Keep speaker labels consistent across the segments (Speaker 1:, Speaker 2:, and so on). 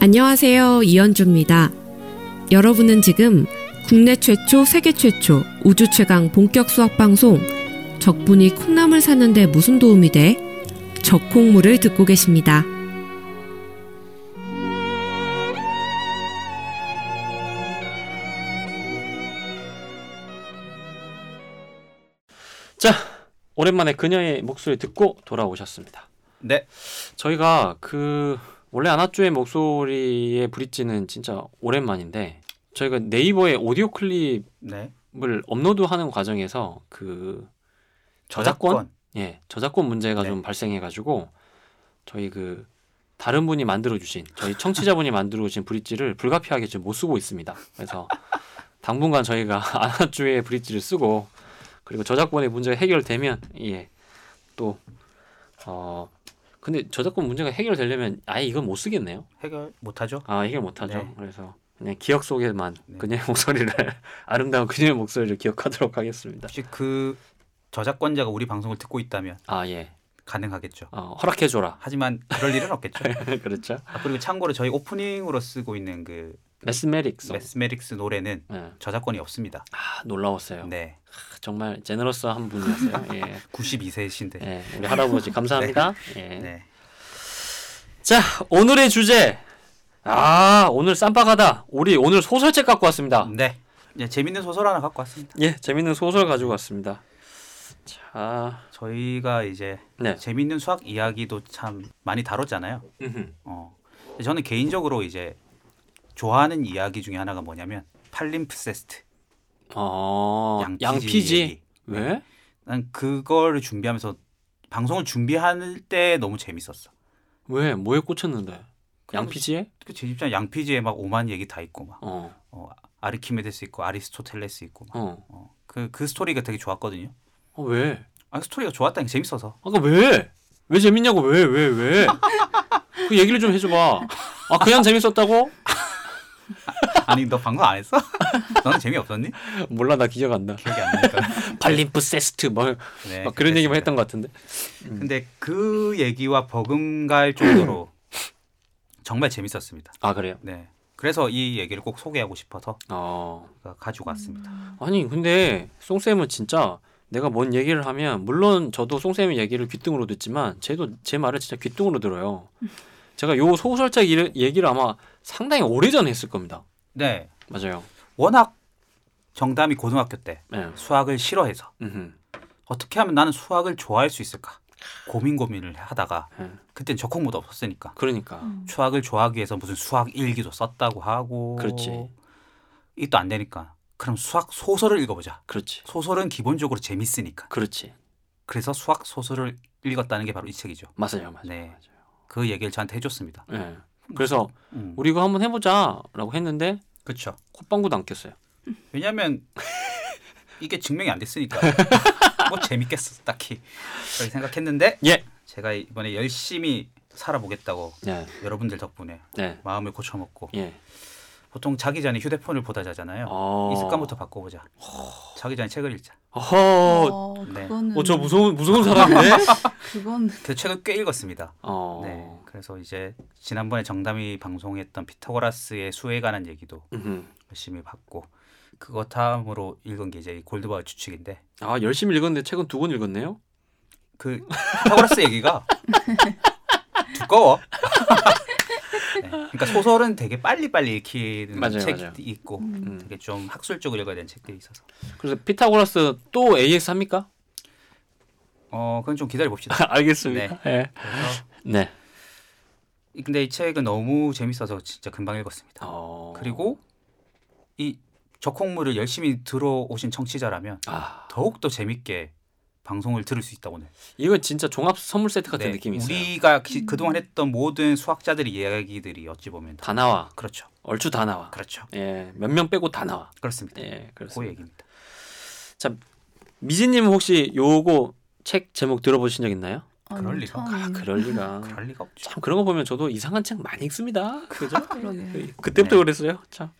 Speaker 1: 안녕하세요. 이현주입니다. 여러분은 지금 국내 최초, 세계 최초, 우주 최강 본격 수학 방송 적분이 콩나물 사는데 무슨 도움이 돼? 적콩물을 듣고 계십니다.
Speaker 2: 자, 오랜만에 그녀의 목소리 듣고 돌아오셨습니다.
Speaker 3: 네.
Speaker 2: 저희가 그 원래 아나쭈의 목소리의 브릿지는 진짜 오랜만인데 저희가 네이버에 오디오 클립을
Speaker 3: 네.
Speaker 2: 업로드하는 과정에서 그 저작권? 예, 저작권 문제가
Speaker 3: 네.
Speaker 2: 좀 발생해 가지고 저희 그 다른 분이 만들어 주신 저희 청취자분이 만들어 주신 브릿지를 불가피하게 지금 못 쓰고 있습니다. 그래서 당분간 저희가 아나주의 브릿지를 쓰고 그리고 저작권의 문제가 해결되면 예. 또 어. 근데 저작권 문제가 해결되려면 아예 이건 못 쓰겠네요.
Speaker 3: 해결 못 하죠?
Speaker 2: 아, 해결 못 하죠.
Speaker 3: 네.
Speaker 2: 그래서 그냥 기억 속에만
Speaker 3: 네.
Speaker 2: 그녀의 목소리를 아름다운 그녀의 목소리를 기억하도록 하겠습니다.
Speaker 3: 혹시 그 저작권자가 우리 방송을 듣고 있다면
Speaker 2: 아, 예.
Speaker 3: 가능하겠죠.
Speaker 2: 어, 허락해 줘라.
Speaker 3: 하지만 그럴 일은 없겠죠.
Speaker 2: 그렇죠.
Speaker 3: 아, 그리고 참고로 저희 오프닝으로 쓰고 있는 그
Speaker 2: 메스메릭 송.
Speaker 3: 메스메릭스 노래는
Speaker 2: 예.
Speaker 3: 저작권이 없습니다.
Speaker 2: 아 놀라웠어요.
Speaker 3: 네.
Speaker 2: 아, 정말 제너러스한 분이었어요. 예.
Speaker 3: 92세신데.
Speaker 2: 예, 우리 할아버지 감사합니다. 예.
Speaker 3: 네.
Speaker 2: 자 오늘의 주제. 아 오늘 쌈박하다. 우리 오늘 소설책 갖고 왔습니다.
Speaker 3: 네. 네. 재밌는 소설 하나 갖고 왔습니다.
Speaker 2: 예 재밌는 소설 가지고 왔습니다. 자
Speaker 3: 저희가 이제
Speaker 2: 네.
Speaker 3: 재밌는 수학 이야기도 참 많이 다뤘잖아요.
Speaker 2: 음흠.
Speaker 3: 어. 근데 저는 개인적으로 이제 좋아하는 이야기 중에 하나가 뭐냐면 팔림프세스트
Speaker 2: 어
Speaker 3: 양피지.
Speaker 2: 양피지.
Speaker 3: 얘기.
Speaker 2: 왜?
Speaker 3: 난 그거를 준비하면서 방송을 준비할 때 너무 재밌었어.
Speaker 2: 왜 뭐에 꽂혔는데? 양피지에?
Speaker 3: 그제 입장 양피지에 막 오만 얘기 다 있고 막
Speaker 2: 어
Speaker 3: 어, 아르키메데스 있고 아리스토텔레스 있고 막
Speaker 2: 어.
Speaker 3: 어, 그, 그 스토리가 되게 좋았거든요.
Speaker 2: 어 왜?
Speaker 3: 아, 스토리가 좋았다는 게 재밌어서.
Speaker 2: 아까 왜? 왜 재밌냐고 왜 왜 왜? 그 얘기를 좀 해줘봐. 아 그냥 재밌었다고?
Speaker 3: 아니, 너 방송 안 했어? 너는 재미없었니?
Speaker 2: 몰라 나 기억 안 나.
Speaker 3: 기억이 안 나니까.
Speaker 2: 발림프 세스트 뭐
Speaker 3: 네,
Speaker 2: 막 그런 얘기만
Speaker 3: 그랬습니다.
Speaker 2: 했던 것 같은데.
Speaker 3: 근데 그 얘기와 버금갈 정도로 정말 재밌었습니다.
Speaker 2: 아 그래요.
Speaker 3: 네. 그래서 이 얘기를 꼭 소개하고 싶어서
Speaker 2: 어
Speaker 3: 가지고 왔습니다.
Speaker 2: 아니 근데 송 쌤은 진짜 내가 뭔 얘기를 하면 물론 저도 송 쌤의 얘기를 귀뚱으로 듣지만 쟤도 제 말을 진짜 귀뚱으로 들어요. 제가 요 소설책 일- 얘기를 아마 상당히 오래전에 했을 겁니다.
Speaker 3: 네.
Speaker 2: 맞아요.
Speaker 3: 워낙 정담이 고등학교 때
Speaker 2: 예.
Speaker 3: 수학을 싫어해서
Speaker 2: 음흠.
Speaker 3: 어떻게 하면 나는 수학을 좋아할 수 있을까 고민 고민을 하다가
Speaker 2: 예.
Speaker 3: 그땐 적콩무도 없었으니까
Speaker 2: 그러니까
Speaker 3: 수학을 좋아하기 위해서 무슨 수학 일기도 썼다고 하고
Speaker 2: 그렇지.
Speaker 3: 이또 안 되니까 그럼 수학 소설을 읽어보자
Speaker 2: 그렇지
Speaker 3: 소설은 기본적으로 재밌으니까
Speaker 2: 그렇지
Speaker 3: 그래서 수학 소설을 읽었다는 게 바로 이 책이죠
Speaker 2: 맞아요 맞아요.
Speaker 3: 네.
Speaker 2: 맞아요.
Speaker 3: 그 얘기를 저한테 해줬습니다
Speaker 2: 예. 그래서
Speaker 3: 음.
Speaker 2: 우리 이거 한번 해보자라고 했는데
Speaker 3: 그렇죠
Speaker 2: 콧방구도 안 꼈어요.
Speaker 3: 왜냐하면 이게 증명이 안 됐으니까 뭐 재밌겠어 딱히 그렇게 생각했는데
Speaker 2: 예.
Speaker 3: 제가 이번에 열심히 살아보겠다고
Speaker 2: 네.
Speaker 3: 여러분들 덕분에
Speaker 2: 네.
Speaker 3: 마음을 고쳐먹고
Speaker 2: 예.
Speaker 3: 보통 자기 전에 휴대폰을 보다 자잖아요.
Speaker 2: 어.
Speaker 3: 이 습관부터 바꿔보자. 자기 전에 책을 읽자.
Speaker 2: 어허.
Speaker 4: 어,
Speaker 3: 네.
Speaker 4: 그거는
Speaker 2: 어저 무서운 무서운 사람인데.
Speaker 4: 그건
Speaker 3: 그 책을 꽤 읽었습니다.
Speaker 2: 어.
Speaker 3: 네, 그래서 이제 지난번에 정담이 방송했던 피타고라스의 수에 관한 얘기도
Speaker 2: 음흠.
Speaker 3: 열심히 봤고 그거 다음으로 읽은 게 이제 이 골드바우 추측인데
Speaker 2: 아 열심히 읽었는데 책은 두 권 읽었네요.
Speaker 3: 그 피타고라스 얘기가 두꺼워. 네, 그러니까 소설은 되게 빨리빨리 읽히는
Speaker 2: 맞아요,
Speaker 3: 책이
Speaker 2: 맞아요.
Speaker 3: 있고
Speaker 4: 음,
Speaker 2: 음.
Speaker 3: 되게 좀 학술적으로 읽어야 되는 책들이 있어서
Speaker 2: 그래서 피타고라스 또 AX 합니까?
Speaker 3: 어 그건 좀 기다려 봅시다.
Speaker 2: 알겠습니다. 네.
Speaker 3: 그래서
Speaker 2: 네.
Speaker 3: 이- 근데 이 책은 너무 재밌어서 진짜 금방 읽었습니다.
Speaker 2: 어.
Speaker 3: 그리고 이 적콩물을 열심히 들어오신 청취자라면
Speaker 2: 아
Speaker 3: 더욱 더 재밌게 방송을 들을 수 있다 오늘.
Speaker 2: 이거 진짜 종합 선물 세트 같은
Speaker 3: 네,
Speaker 2: 느낌이 있어요.
Speaker 3: 우리가
Speaker 4: 음.
Speaker 3: 기- 그동안 했던 모든 수학자들의 이야기들이 어찌 보면 다
Speaker 2: 다 나와.
Speaker 3: 그렇죠,
Speaker 2: 얼추 다 나와.
Speaker 3: 그렇죠,
Speaker 2: 예. 몇 명 빼고 다 나와.
Speaker 3: 그렇습니다.
Speaker 2: 예. 그래서
Speaker 3: 그 얘기입니다.
Speaker 2: 미진님 혹시 요거 책 제목 들어보신 적 있나요?
Speaker 4: 아니,
Speaker 3: 그럴 리가.
Speaker 4: 처음
Speaker 2: 아 그럴 리가.
Speaker 3: 그럴 리가 없죠.
Speaker 2: 참 그런 거 보면 저도 이상한 책 많이 읽습니다. 그죠?
Speaker 4: 그러게.
Speaker 2: 그때부터
Speaker 3: 네.
Speaker 2: 그랬어요. 참.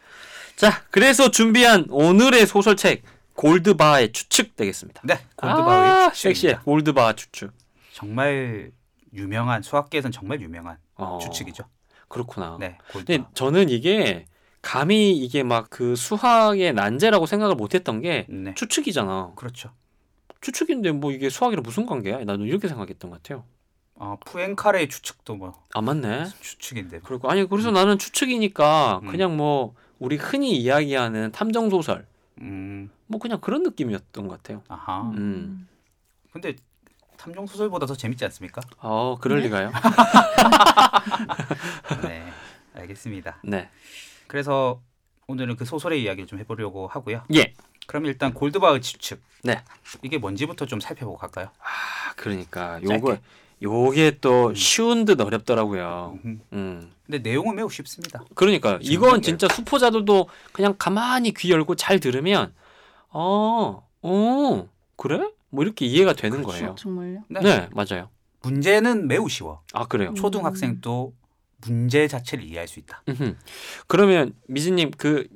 Speaker 2: 자, 그래서 준비한 오늘의 소설책 골드바의 추측 되겠습니다.
Speaker 3: 네, 골드바우의
Speaker 2: 아, 섹시해.
Speaker 3: 추측입니다.
Speaker 2: 골드바 추측.
Speaker 3: 정말 유명한 수학계에선 정말 유명한
Speaker 2: 어.
Speaker 3: 추측이죠.
Speaker 2: 그렇구나.
Speaker 3: 네, 골드.
Speaker 2: 근데 저는 이게 감히 이게 막 그 수학의 난제라고 생각을 못했던 게
Speaker 3: 네,
Speaker 2: 추측이잖아.
Speaker 3: 그렇죠.
Speaker 2: 추측인데 뭐 이게 수학이랑 무슨 관계야? 나는 이렇게 생각했던 것 같아요.
Speaker 3: 아 푸엔카레의 추측도 뭐
Speaker 2: 아 맞네.
Speaker 3: 추측인데.
Speaker 2: 그리고 아니 그래서 나는 추측이니까
Speaker 3: 음.
Speaker 2: 그냥 뭐 우리 흔히 이야기하는 탐정 소설
Speaker 3: 음,
Speaker 2: 뭐 그냥 그런 느낌이었던 것 같아요.
Speaker 3: 아하.
Speaker 2: 음.
Speaker 3: 근데 탐정 소설보다 더 재밌지 않습니까?
Speaker 2: 어 그럴
Speaker 1: 네.
Speaker 2: 리가요.
Speaker 3: 네, 알겠습니다.
Speaker 2: 네.
Speaker 3: 그래서 오늘은 그 소설의 이야기를 좀 해보려고 하고요.
Speaker 2: 예.
Speaker 3: 그럼 일단 골드바흐 추측.
Speaker 2: 네.
Speaker 3: 이게 뭔지부터 좀 살펴보고 갈까요?
Speaker 2: 아 그러니까
Speaker 3: 짧게.
Speaker 2: 요거 요게 또
Speaker 3: 음.
Speaker 2: 쉬운 듯 어렵더라고요.
Speaker 3: 음,
Speaker 2: 음.
Speaker 3: 근데 내용은 매우 쉽습니다.
Speaker 2: 그러니까
Speaker 3: 재밌는
Speaker 2: 이건
Speaker 3: 게-
Speaker 2: 진짜 수포자들도 그냥 가만히 귀 열고 잘 들으면 어, 어, 그래? 뭐 이렇게 이해가 되는 거예요.
Speaker 1: 정말요?
Speaker 3: 네.
Speaker 2: 네, 맞아요.
Speaker 3: 문제는 매우 쉬워.
Speaker 2: 아 그래요.
Speaker 3: 초등학생도 문제 자체를 이해할 수 있다.
Speaker 2: 음흠. 그러면 미진님 그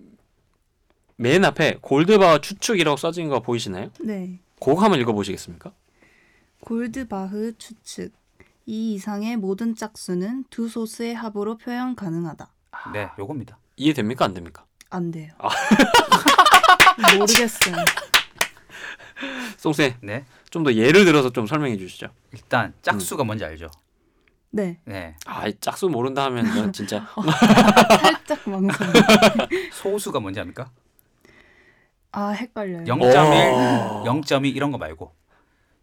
Speaker 2: 맨 앞에 골드바와 추측이라고 써진 거 보이시나요?
Speaker 4: 네.
Speaker 2: 그거 한번 읽어보시겠습니까?
Speaker 4: 골드바흐 추측. 이 이상의 모든 짝수는 두 소스의 합으로 표현 가능하다.
Speaker 2: 아.
Speaker 3: 네, 요겁니다.
Speaker 2: 이해됩니까? 안 됩니까?
Speaker 4: 안 돼요.
Speaker 2: 아.
Speaker 4: 모르겠어요.
Speaker 2: 송쌤
Speaker 3: 네,
Speaker 2: 좀 더 예를 들어서 좀 설명해 주시죠.
Speaker 3: 일단
Speaker 2: 음.
Speaker 3: 짝수가 뭔지 알죠?
Speaker 4: 네.
Speaker 3: 네,
Speaker 2: 아 짝수 모른다 하면 난 진짜
Speaker 4: 어, 살짝 망설.
Speaker 3: 소수가 뭔지 압니까?
Speaker 4: 아
Speaker 2: 음.
Speaker 4: 헷갈려요.
Speaker 2: 어.
Speaker 3: 0.1, 0.2 이런 거 말고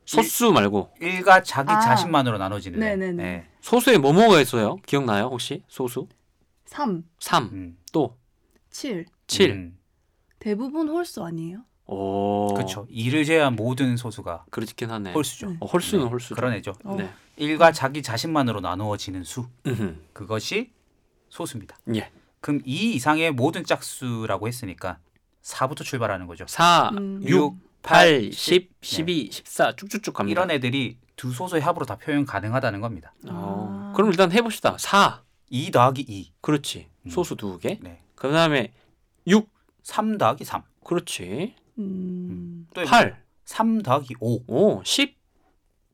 Speaker 2: 소수 말고
Speaker 3: 일과 자기
Speaker 4: 아.
Speaker 3: 자신만으로 나눠지는.
Speaker 4: 네네네.
Speaker 3: 네,
Speaker 2: 소수에 뭐뭐가 있어요? 기억나요 혹시? 소수
Speaker 4: 3,
Speaker 2: 3,
Speaker 3: 음,
Speaker 2: 또
Speaker 4: 7.
Speaker 2: 7.
Speaker 3: 음,
Speaker 4: 대부분 홀수 아니에요?
Speaker 2: 오.
Speaker 3: 그렇죠. 이를 제외한 모든 소수가
Speaker 2: 그렇긴 하네.
Speaker 3: 홀수죠.
Speaker 4: 네.
Speaker 2: 어, 홀수는
Speaker 3: 네,
Speaker 2: 홀수죠.
Speaker 3: 그런 애죠.
Speaker 4: 어.
Speaker 2: 네.
Speaker 3: 일과 자기 자신만으로 나누어지는 수
Speaker 2: 음흠.
Speaker 3: 그것이 소수입니다.
Speaker 2: 예.
Speaker 3: 그럼 2 이상의 모든 짝수라고 했으니까 4부터 출발하는 거죠.
Speaker 2: 4,
Speaker 4: 음.
Speaker 2: 6, 8, 10, 12, 14 쭉쭉쭉 갑니다.
Speaker 3: 네. 이런 애들이 두 소수의 합으로 다 표현 가능하다는 겁니다.
Speaker 2: 어.
Speaker 4: 아.
Speaker 2: 그럼 일단 해봅시다. 4.
Speaker 3: 2 더하기 2,
Speaker 2: 그렇지.
Speaker 3: 음.
Speaker 2: 소수 두 개.
Speaker 3: 네.
Speaker 2: 그 다음에 6.
Speaker 3: 3 더하기 3,
Speaker 2: 그렇지.
Speaker 4: 음.
Speaker 3: 또
Speaker 2: 8.
Speaker 3: 3 더하기 5,
Speaker 2: 5. 10.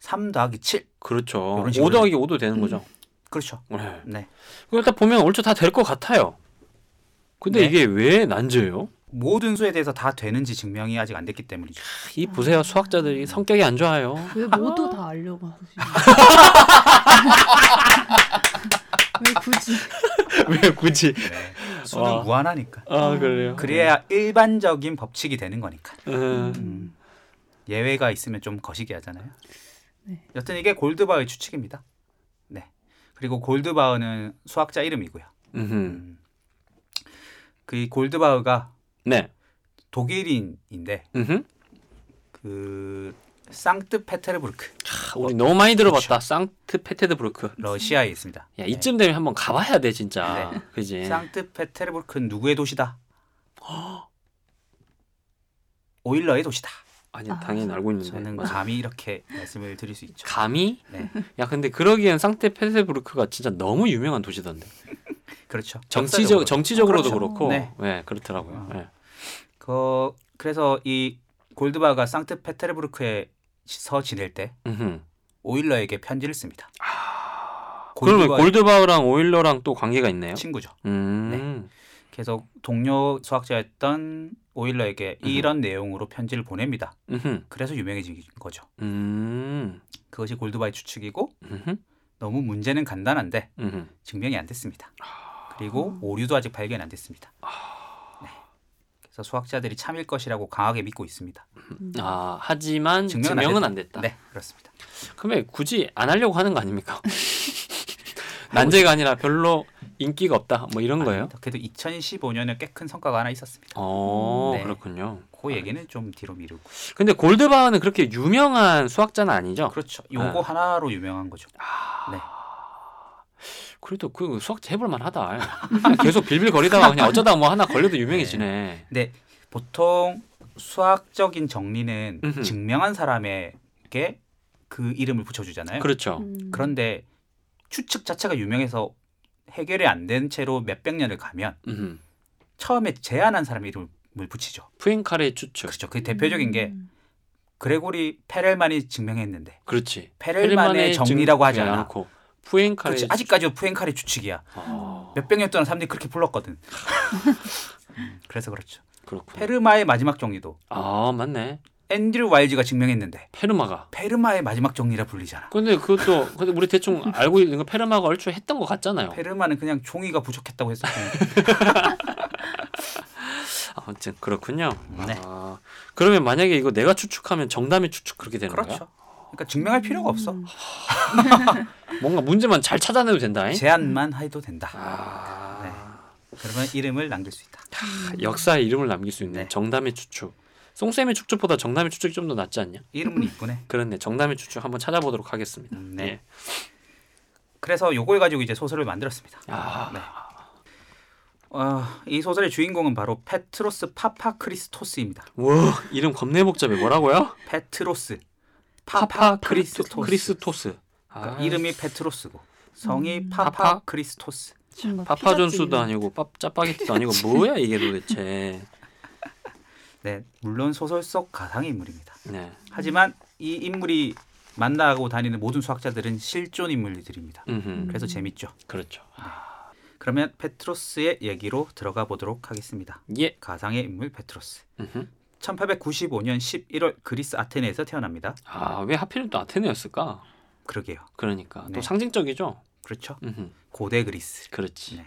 Speaker 3: 3 더하기 7.
Speaker 2: 그렇죠.
Speaker 3: 요런 식으로.
Speaker 2: 5 더하기 5도 되는
Speaker 4: 음.
Speaker 2: 거죠.
Speaker 3: 그렇죠.
Speaker 2: 네.
Speaker 3: 네.
Speaker 2: 그거 일단 보면 얼추 다 될 것 같아요. 근데
Speaker 3: 네.
Speaker 2: 이게 왜 난제예요?
Speaker 3: 모든 수에 대해서 다 되는지 증명이 아직 안 됐기 때문이죠.
Speaker 2: 이 보세요. 수학자들이 성격이 안 좋아요.
Speaker 4: 왜 모두 다 알려고 하시는 왜 굳이?
Speaker 2: 왜 굳이?
Speaker 3: 네. 수는
Speaker 2: 와.
Speaker 3: 무한하니까.
Speaker 2: 아 그래요.
Speaker 3: 그래야 일반적인 법칙이 되는 거니까.
Speaker 2: 음.
Speaker 3: 음. 예외가 있으면 좀 거시기 하잖아요.
Speaker 4: 네.
Speaker 3: 여튼 이게 골드바흐의 추측입니다. 네. 그리고 골드바흐는 수학자 이름이고요.
Speaker 2: 음흠.
Speaker 3: 음. 그 골드바흐가
Speaker 2: 네.
Speaker 3: 독일인인데
Speaker 2: 음흠.
Speaker 3: 그 상트페테르부르크
Speaker 2: 아, 우리 너무 많이 들어봤다. 상트페테르부르크.
Speaker 3: 러시아에 있습니다.
Speaker 2: 야 이쯤 되면 한번 가봐야 돼 진짜.
Speaker 3: 네.
Speaker 2: 그지.
Speaker 3: 네. 상트페테르부르크는 누구의 도시다? 오일러의 도시다.
Speaker 2: 아니
Speaker 4: 아,
Speaker 2: 당연히 알고 있는데.
Speaker 3: 저는
Speaker 2: 네, 맞아.
Speaker 3: 감히 이렇게 말씀을 드릴 수 있죠.
Speaker 2: 감히?
Speaker 3: 네.
Speaker 2: 야 근데 그러기엔 상트페테르부르크가 진짜 너무 유명한 도시던데.
Speaker 3: 그렇죠.
Speaker 2: 정치적 정치적으로도
Speaker 3: 그렇죠.
Speaker 2: 그렇고.
Speaker 3: 네.
Speaker 2: 네. 그렇더라고요.
Speaker 3: 아.
Speaker 2: 네.
Speaker 3: 그 그래서 이 골드바가 상트페테르부르크에서 지낼 때
Speaker 2: 음흠.
Speaker 3: 오일러에게 편지를 씁니다.
Speaker 2: 아, 그러면
Speaker 3: 골드바흐의
Speaker 2: 골드바흐랑 오일러랑 또 관계가 있네요.
Speaker 3: 친구죠.
Speaker 2: 음.
Speaker 3: 계속 동료 수학자였던 오일러에게
Speaker 2: 음.
Speaker 3: 이런 내용으로 편지를 보냅니다.
Speaker 2: 음흠.
Speaker 3: 그래서 유명해진 거죠.
Speaker 2: 음.
Speaker 3: 그것이 골드바의 추측이고
Speaker 2: 음흠.
Speaker 3: 너무 문제는 간단한데
Speaker 2: 음흠.
Speaker 3: 증명이 안 됐습니다.
Speaker 2: 아.
Speaker 3: 그리고 오류도 아직 발견이 안 됐습니다. 네. 그래서 수학자들이 참일 것이라고 강하게 믿고 있습니다.
Speaker 2: 아 하지만
Speaker 3: 증명은
Speaker 2: 증명은,
Speaker 3: 안
Speaker 2: 안 됐다.
Speaker 3: 네, 그렇습니다.
Speaker 2: 그러면 굳이 안 하려고 하는 거 아닙니까? 난제가 아니라 별로 인기가 없다 뭐 이런 거예요?
Speaker 3: 그래도 2015년에 꽤 큰 성과가 하나 있었습니다.
Speaker 2: 어
Speaker 3: 네.
Speaker 2: 그렇군요.
Speaker 3: 그 얘기는 좀 뒤로 미루고.
Speaker 2: 근데 골드바흐는 그렇게 유명한 수학자는 아니죠?
Speaker 3: 그렇죠. 요거 하나로 유명한 거죠. 네.
Speaker 2: 그래도 그 수학자 해볼 만하다. 그냥 계속 빌빌거리다가 그냥 어쩌다 뭐 하나 걸려도 유명해지네.
Speaker 3: 근데 보통 수학적인 정리는
Speaker 2: 음흠.
Speaker 3: 증명한 사람에게 그 이름을 붙여주잖아요.
Speaker 2: 그렇죠.
Speaker 3: 어,
Speaker 4: 음.
Speaker 3: 그런데 추측 자체가 유명해서 해결이 안 된 채로 몇백 년을 가면
Speaker 2: 음.
Speaker 3: 처음에 제안한 사람의 이름을 붙이죠.
Speaker 2: 푸엔카레의 추측.
Speaker 3: 그렇죠. 그 대표적인 게
Speaker 4: 음.
Speaker 3: 그레고리 페렐만이 증명했는데
Speaker 2: 그렇지.
Speaker 3: 페렐만의 정리라고 하지
Speaker 2: 증- 네,
Speaker 3: 않아.
Speaker 2: 않고 푸엔카레
Speaker 3: 그렇지. 아직까지도 푸엔카레 주축이야.
Speaker 2: 아,
Speaker 3: 몇백 년 동안 사람들이 그렇게 불렀거든. 음, 그래서 그렇죠.
Speaker 2: 그렇군.
Speaker 3: 페르마의 마지막 정리도
Speaker 2: 아 맞네.
Speaker 3: 앤드류 와일즈가 증명했는데
Speaker 2: 페르마가.
Speaker 3: 페르마의 마지막 정리라 불리잖아.
Speaker 2: 근데 그것도 근데 우리 대충 알고 있는 거 페르마가 얼추 했던 것 같잖아요.
Speaker 3: 페르마는 그냥 종이가 부족했다고 했었잖
Speaker 2: 아무튼 그렇군요.
Speaker 3: 네.
Speaker 2: 아, 그러면 만약에 이거 내가 추측하면 정답이 추측 그렇게 되는 거야?
Speaker 3: 그렇죠. 그러니까 증명할 필요가 없어.
Speaker 4: 음.
Speaker 2: 뭔가 문제만 잘 찾아내도 된다. 잉 음.
Speaker 3: 제안만 네. 해도 된다.
Speaker 2: 아,
Speaker 3: 그러면 이름을 남길 수 있다.
Speaker 2: 역사의 이름을 남길 수 있는
Speaker 3: 음. 네.
Speaker 2: 정담의 추측. 송쌤의 추측보다 정담의 추측이 좀 더 낫지 않냐?
Speaker 3: 이름은 이쁘네.
Speaker 2: 그렇네. 정담의 추측 한번 찾아보도록 하겠습니다.
Speaker 3: 음, 네.
Speaker 2: 예.
Speaker 3: 그래서 요걸 가지고 이제 소설을 만들었습니다.
Speaker 2: 아,
Speaker 3: 네. 어, 이 소설의 주인공은 바로 페트로스 파파크리스토스입니다.
Speaker 2: 와 이름 겁내 복잡해. 뭐라고요?
Speaker 3: 페트로스
Speaker 2: 크리스토- 크리스토스. 아,
Speaker 3: 그러니까 이름이 페트로스고 성이
Speaker 4: 음.
Speaker 3: 파파크리스토스.
Speaker 4: 뭔가 피자
Speaker 2: 파파존수도
Speaker 4: 찌개.
Speaker 2: 아니고 밥 짜파게티도 아니고 뭐야 이게 도대체.
Speaker 3: 네, 물론 소설 속 가상 인물입니다.
Speaker 2: 네.
Speaker 3: 하지만 이 인물이 만나고 다니는 모든 수학자들은 실존 인물들입니다.
Speaker 2: 음.
Speaker 3: 그래서 재밌죠.
Speaker 2: 그렇죠.
Speaker 3: 그러면 페트로스의 얘기로 들어가 보도록 하겠습니다.
Speaker 2: 예.
Speaker 3: 가상의 인물 페트로스.
Speaker 2: 음흠.
Speaker 3: 1895년 11월 그리스 아테네에서 태어납니다.
Speaker 2: 아, 왜 하필이면 또 아테네였을까?
Speaker 3: 그러게요.
Speaker 2: 그러니까
Speaker 3: 네.
Speaker 2: 또 상징적이죠.
Speaker 3: 그렇죠.
Speaker 2: 음흠.
Speaker 3: 고대 그리스.
Speaker 2: 그렇지.
Speaker 3: 네.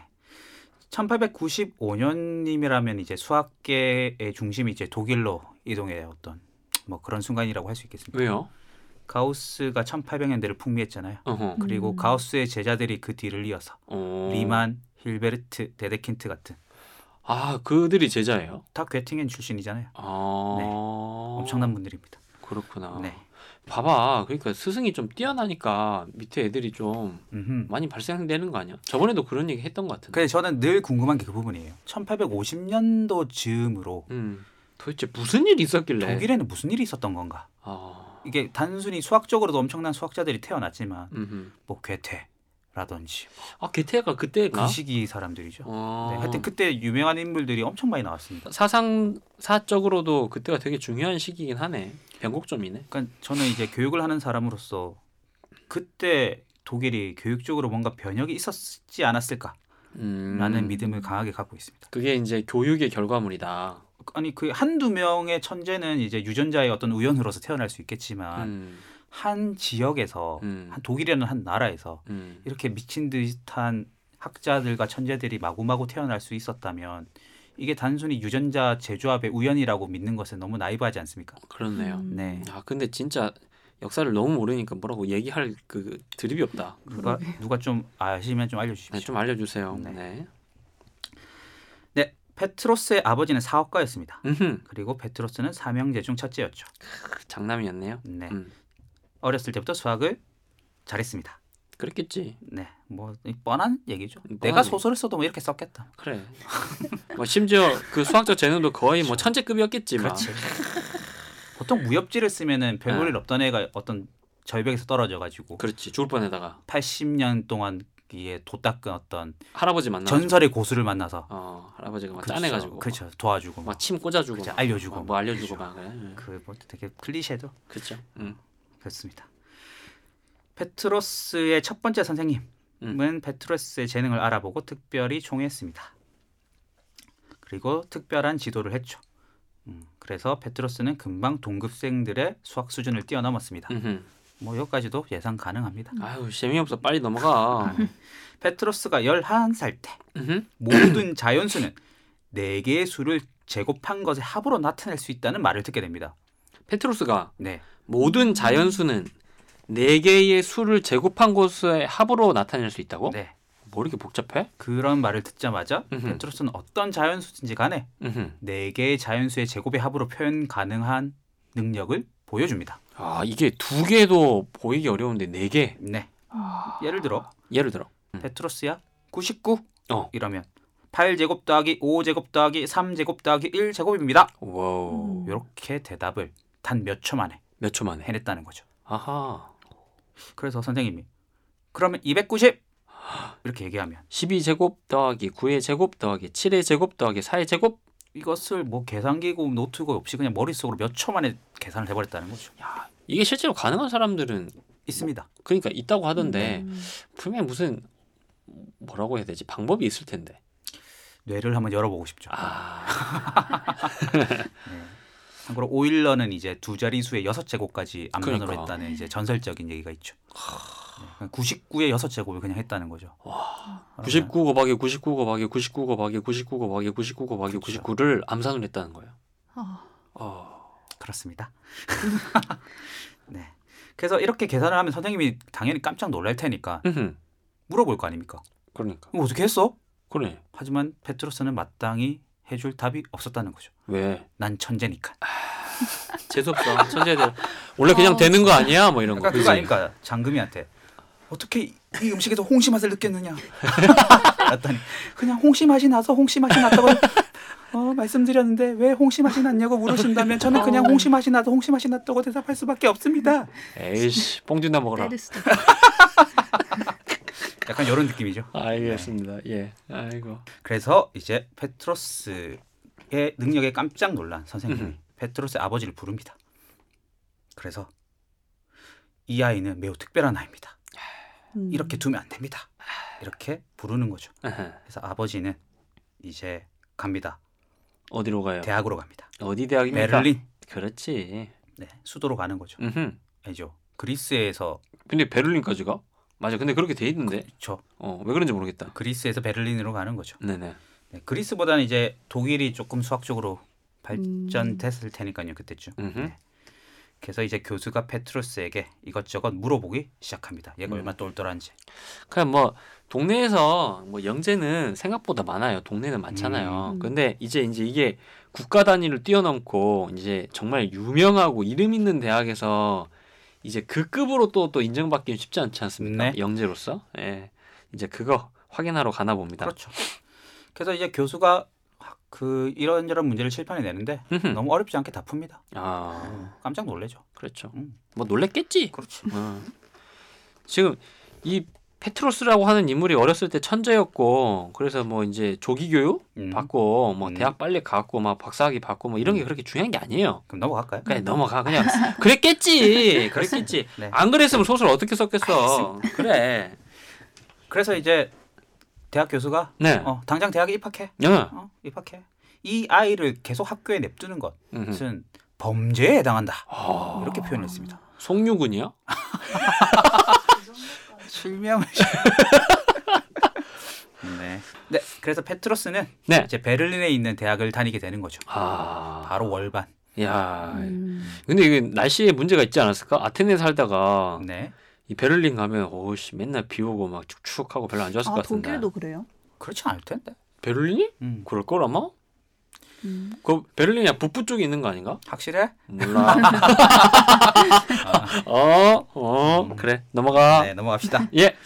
Speaker 3: 1895년님이라면 이제 수학계의 중심이 이제 독일로 이동해 어떤 뭐 그런 순간이라고 할 수 있겠습니다.
Speaker 2: 왜요?
Speaker 3: 가우스가 1800년대를 풍미했잖아요.
Speaker 2: 어허.
Speaker 3: 그리고
Speaker 4: 음.
Speaker 3: 가우스의 제자들이 그 뒤를 이어서
Speaker 2: 어.
Speaker 3: 리만, 힐베르트, 데데킨트 같은
Speaker 2: 아, 그들이 제자예요.
Speaker 3: 다 괴팅엔 출신이잖아요.
Speaker 2: 아,
Speaker 3: 네. 엄청난 분들입니다.
Speaker 2: 그렇구나.
Speaker 3: 네.
Speaker 2: 봐봐, 그러니까 스승이 좀 뛰어나니까 밑에 애들이 좀
Speaker 3: 음흠.
Speaker 2: 많이 발생되는 거 아니야? 저번에도 그런 얘기 했던 것 같은데.
Speaker 3: 그래서 저는 늘 궁금한 게 그 부분이에요. 1850년도 즈음으로
Speaker 2: 음, 도대체 무슨 일이 있었길래?
Speaker 3: 독일에는 무슨 일이 있었던 건가?
Speaker 2: 아,
Speaker 3: 이게 단순히 수학적으로도 엄청난 수학자들이 태어났지만
Speaker 2: 음,
Speaker 3: 뭐 괴테라든지
Speaker 2: 아 게테가 그때가?
Speaker 3: 그 시기 사람들이죠.
Speaker 2: 어.
Speaker 3: 네, 하여튼 그때 유명한 인물들이 엄청 많이 나왔습니다.
Speaker 2: 사상사적으로도 그때가 되게 중요한 시기긴 하네. 변곡점이네.
Speaker 3: 그러니까 저는 이제 교육을 하는 사람으로서 그때 독일이 교육적으로 뭔가 변혁이 있었지 않았을까라는
Speaker 2: 음,
Speaker 3: 믿음을 강하게 갖고 있습니다.
Speaker 2: 그게 이제 교육의 결과물이다.
Speaker 3: 아니 그 한두 명의 천재는 이제 유전자의 어떤 우연으로서 태어날 수 있겠지만
Speaker 2: 음,
Speaker 3: 한 지역에서
Speaker 2: 음,
Speaker 3: 한 독일이라는 한 나라에서
Speaker 2: 음.
Speaker 3: 이렇게 미친 듯한 학자들과 천재들이 마구마구 태어날 수 있었다면 이게 단순히 유전자 재조합의 우연이라고 믿는 것은 너무 나이브하지 않습니까?
Speaker 2: 그렇네요.
Speaker 4: 음.
Speaker 3: 네.
Speaker 2: 아 근데 진짜 역사를 너무 모르니까 뭐라고 얘기할 그 드립이 없다.
Speaker 3: 누가 누가 좀 아시면 좀 알려주십시오.
Speaker 2: 네, 좀 알려주세요.
Speaker 3: 네.
Speaker 2: 네.
Speaker 3: 네, 페트로스의 아버지는 사업가였습니다.
Speaker 2: 음흠,
Speaker 3: 그리고 페트로스는 삼형제 중 첫째였죠.
Speaker 2: 크, 장남이었네요.
Speaker 3: 네,
Speaker 2: 음,
Speaker 3: 어렸을 때부터 수학을 잘했습니다.
Speaker 2: 그랬겠지.
Speaker 3: 네, 뭐이 뻔한 얘기죠.
Speaker 2: 뻔한 얘기.
Speaker 3: 내가
Speaker 2: 아.
Speaker 3: 소설을 써도 뭐 이렇게 썼겠다.
Speaker 2: 그래. 뭐 심지어 그 수학적 재능도 거의 뭐 천재급이었겠지만.
Speaker 3: 그렇죠. 그렇지. 보통 무협지를 쓰면은
Speaker 2: 네.
Speaker 3: 별볼일 없던 애가 어떤 절벽에서 떨어져가지고
Speaker 2: 그렇지. 죽을 뻔에다가
Speaker 3: 80년 동안 이에 도닦은 어떤
Speaker 2: 할아버지 만나.
Speaker 3: 전설의 고수를 만나서
Speaker 2: 음, 어 할아버지가 막
Speaker 3: 그렇죠.
Speaker 2: 짠해가지고.
Speaker 3: 그렇죠 도와주고 막
Speaker 2: 막침 꽂아주고.
Speaker 3: 그렇죠.
Speaker 2: 막
Speaker 3: 알려주고
Speaker 2: 막
Speaker 3: 막. 그렇죠.
Speaker 2: 뭐 알려주고 막 그래. 응.
Speaker 3: 그뭐 되게 클리셰도
Speaker 2: 그렇죠.
Speaker 3: 음.
Speaker 2: 응.
Speaker 3: 그렇습니다. 페트로스의 첫 번째 선생님은
Speaker 2: 음.
Speaker 3: 페트로스의 재능을 알아보고 특별히 총회했습니다. 그리고 특별한 지도를 했죠. 음, 그래서 페트로스는 금방 동급생들의 수학 수준을 뛰어넘었습니다.
Speaker 2: 음흠.
Speaker 3: 뭐 여기까지도 예상 가능합니다.
Speaker 2: 아유 재미없어 빨리 넘어가.
Speaker 3: 음. 페트로스가 11살 때
Speaker 2: 음흠.
Speaker 3: 모든 자연수는 4개의 수를 제곱한 것의 합으로 나타낼 수 있다는 말을 듣게 됩니다.
Speaker 2: 페트로스가
Speaker 3: 네.
Speaker 2: 모든 자연수는 네 개의 수를 제곱한 곳의 합으로 나타낼 수 있다고?
Speaker 3: 네.
Speaker 2: 뭐 이렇게 복잡해?
Speaker 3: 그런 말을 듣자마자
Speaker 2: 음흠.
Speaker 3: 페트로스는 어떤 자연수든지 간에
Speaker 2: 음흠.
Speaker 3: 네 개의 자연수의 제곱의 합으로 표현 가능한 능력을 보여줍니다.
Speaker 2: 아 이게 두 개도 보이기 어려운데 네 개.
Speaker 3: 네. 예를 들어
Speaker 2: 예를 들어. 음.
Speaker 3: 페트로스야 99
Speaker 2: 어.
Speaker 3: 이러면 8제곱 더하기 5제곱 더하기 3제곱 더하기 1제곱입니다.
Speaker 2: 와우.
Speaker 3: 음. 이렇게 대답을 단 몇 초 만에
Speaker 2: 몇 초 만에.
Speaker 3: 해냈다는 거죠.
Speaker 2: 아하.
Speaker 3: 그래서 선생님이 그러면 290 이렇게 얘기하면
Speaker 2: 12제곱 더하기 9의 제곱 더하기 7의 제곱 더하기 4의 제곱.
Speaker 3: 이것을 뭐 계산기고 노트고 없이 그냥 머릿속으로 몇 초 만에 계산을 해버렸다는 거죠.
Speaker 2: 이게 실제로 가능한 사람들은
Speaker 3: 있습니다.
Speaker 2: 그러니까 있다고 하던데
Speaker 4: 음.
Speaker 2: 분명히 무슨 뭐라고 해야 되지 방법이 있을 텐데.
Speaker 3: 뇌를 한번 열어보고 싶죠.
Speaker 2: 아,
Speaker 3: 네. 참고로 오일러는 이제 두 자리수의 여섯 제곱까지 암전으로
Speaker 2: 그러니까.
Speaker 3: 했다는 이제 전설적인 얘기가 있죠. 네. 99의 여섯 제곱을 그냥 했다는 거죠.
Speaker 2: 와.
Speaker 3: 그러면
Speaker 2: 99 곱하기 99 곱하기 99 곱하기 99 곱하기 99 곱하기
Speaker 3: 그쵸.
Speaker 2: 99를 암산을 했다는 거예요.
Speaker 4: 아,
Speaker 2: 그렇죠. 어.
Speaker 3: 그렇습니다. 네. 그래서 이렇게 계산을 하면 선생님이 당연히 깜짝 놀랄 테니까
Speaker 2: 음흠.
Speaker 3: 물어볼 거 아닙니까?
Speaker 2: 그러니까.
Speaker 3: 이거 어떻게 했어?
Speaker 2: 그래.
Speaker 3: 하지만 페트로스는 마땅히 해줄 답이 없었다는 거죠.
Speaker 2: 왜?
Speaker 3: 난 천재니까.
Speaker 2: 재수 없어. 천재들 원래 그냥
Speaker 4: 어.
Speaker 2: 되는 거 아니야? 뭐 이런 거.
Speaker 3: 그러니까
Speaker 2: 그지?
Speaker 3: 그거 아니까 장금이한테 어떻게 이- 이 음식에서 홍시 맛을 느꼈느냐? 그랬더니 그냥 홍시 맛이 나서 홍시 맛이 났다고 어, 말씀드렸는데 왜 홍시 맛이 났냐고 물으신다면 저는 그냥
Speaker 4: 어.
Speaker 3: 홍시 맛이 나서 홍시 맛이 났다고 대답할 수밖에 없습니다.
Speaker 2: 에이씨, 뽕준다 먹어라.
Speaker 4: 때릴 수도 있다.
Speaker 3: 약간 이런 느낌이죠.
Speaker 2: 아, 알겠습니다. 예. 아이고.
Speaker 3: 그래서 이제 페트로스의 능력에 깜짝 놀란 선생님이
Speaker 2: 음.
Speaker 3: 페트로스의 아버지를 부릅니다. 그래서 이 아이는 매우 특별한 아이입니다.
Speaker 4: 음.
Speaker 3: 이렇게 두면 안 됩니다. 이렇게 부르는 거죠.
Speaker 2: 아하.
Speaker 3: 그래서 아버지는 이제 갑니다.
Speaker 2: 어디로 가요?
Speaker 3: 대학으로 갑니다.
Speaker 2: 어디 대학입니까?
Speaker 3: 베를린.
Speaker 2: 그렇지.
Speaker 3: 네, 수도로 가는 거죠.
Speaker 2: 그러니까 음흠.
Speaker 3: 알죠. 그리스에서
Speaker 2: 근데 베를린까지 가? 맞아. 근데 그렇게 돼 있는데.
Speaker 3: 저
Speaker 2: 어, 왜 그런지 모르겠다.
Speaker 3: 그리스에서 베를린으로 가는 거죠.
Speaker 2: 네네.
Speaker 3: 네, 그리스보다는 이제 독일이 조금 수학적으로 발전됐을 테니까요 그때쯤.
Speaker 2: 음흠.
Speaker 3: 네. 그래서 이제 교수가 페트루스에게 이것저것 물어보기 시작합니다. 얘가
Speaker 2: 음.
Speaker 3: 얼마나 똘똘한지.
Speaker 2: 그냥 뭐 동네에서 뭐 영재는 생각보다 많아요. 동네는 많잖아요.
Speaker 4: 음.
Speaker 2: 근데 이제 이제 이게 국가 단위를 뛰어넘고 이제 정말 유명하고 이름 있는 대학에서 이제 그 급으로 또 또 인정받기는 쉽지 않지 않습니까?
Speaker 3: 네.
Speaker 2: 영재로서. 예. 이제 그거 확인하러 가나 봅니다.
Speaker 3: 그렇죠. 그래서 이제 교수가 그 이런저런 문제를 실판에 내는데
Speaker 2: 음흠.
Speaker 3: 너무 어렵지 않게 다 풉니다.
Speaker 2: 아,
Speaker 3: 깜짝 놀래죠.
Speaker 2: 그렇죠.
Speaker 3: 음.
Speaker 2: 뭐 놀랬겠지.
Speaker 3: 그렇지.
Speaker 2: 어. 지금 이 페트로스라고 하는 인물이 어렸을 때 천재였고 그래서 뭐 이제 조기 교육
Speaker 3: 음.
Speaker 2: 받고 뭐
Speaker 3: 음.
Speaker 2: 대학 빨리 갔고 막 박사학위 받고 뭐 이런 게 그렇게 중요한 게 아니에요.
Speaker 3: 그럼 넘어갈까요?
Speaker 2: 그냥 넘어가 그냥 그랬겠지 그랬겠지
Speaker 3: 네.
Speaker 2: 안 그랬으면 소설 어떻게 썼겠어 그래
Speaker 3: 그래서 이제 대학 교수가
Speaker 2: 네
Speaker 3: 어, 당장 대학에 입학해.
Speaker 2: 어.
Speaker 3: 어, 입학해. 이 아이를 계속 학교에 냅두는 것은
Speaker 2: 음.
Speaker 3: 범죄에 해당한다.
Speaker 2: 아,
Speaker 3: 이렇게 표현을 했습니다.
Speaker 2: 송유군이요
Speaker 3: 실명을. 네. 네. 그래서 페트로스는
Speaker 2: 네.
Speaker 3: 이제 베를린에 있는 대학을 다니게 되는 거죠.
Speaker 2: 아야
Speaker 3: 바로 월반.
Speaker 4: 음.
Speaker 2: 근데 이게 날씨에 문제가 있지 않았을까 아테네 살다가
Speaker 3: 네.
Speaker 2: 이 베를린 가면 오씨 맨날 비 오고 막 축축하고 별로 안 좋았을
Speaker 4: 아
Speaker 2: 것 같은데
Speaker 4: 독일도 그래요?
Speaker 3: 그렇지 않을 텐데.
Speaker 2: 베를린이
Speaker 3: 음.
Speaker 2: 그럴 걸 아마
Speaker 4: 음.
Speaker 2: 그 베를린이 북부 쪽에 있는 거 아닌가
Speaker 3: 확실해?
Speaker 2: 몰라 어어 그래 넘어가
Speaker 3: 음. 네, 넘어갑시다.
Speaker 2: 예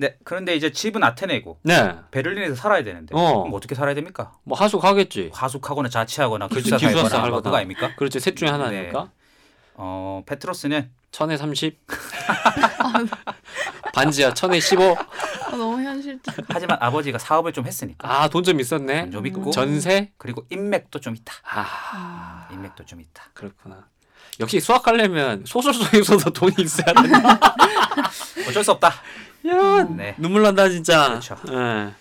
Speaker 3: 네. 그런데 이제 집은 아테네고
Speaker 2: 네.
Speaker 3: 베를린에서 살아야 되는데
Speaker 2: 어.
Speaker 3: 그럼 어떻게 살아야 됩니까?
Speaker 2: 뭐 하숙하겠지.
Speaker 3: 하숙하거나 자취하거나
Speaker 2: 그치,
Speaker 3: 기숙사
Speaker 2: 기숙사
Speaker 3: 살거나
Speaker 2: 살거나.
Speaker 3: 그거 아닙니까?
Speaker 2: 그렇지. 셋 중에 하나
Speaker 3: 네.
Speaker 2: 아닙니까?
Speaker 3: 어, 페트로스는
Speaker 2: 천에 30. 반지야. 천에 15.
Speaker 4: 아, 너무 현실적.
Speaker 3: 하지만 아버지가 사업을 좀 했으니까
Speaker 2: 아, 돈 좀 있었네.
Speaker 3: 좀 있고
Speaker 2: 전세?
Speaker 3: 그리고 인맥도 좀 있다.
Speaker 2: 아,
Speaker 3: 아, 인맥도 좀 있다.
Speaker 2: 그렇구나. 역시 수학하려면 소설 속에서도 돈이 있어야 된다.
Speaker 3: 어쩔 수 없다.
Speaker 2: 야,
Speaker 3: 네.
Speaker 2: 눈물 난다 진짜.
Speaker 3: 그렇죠.
Speaker 2: 예.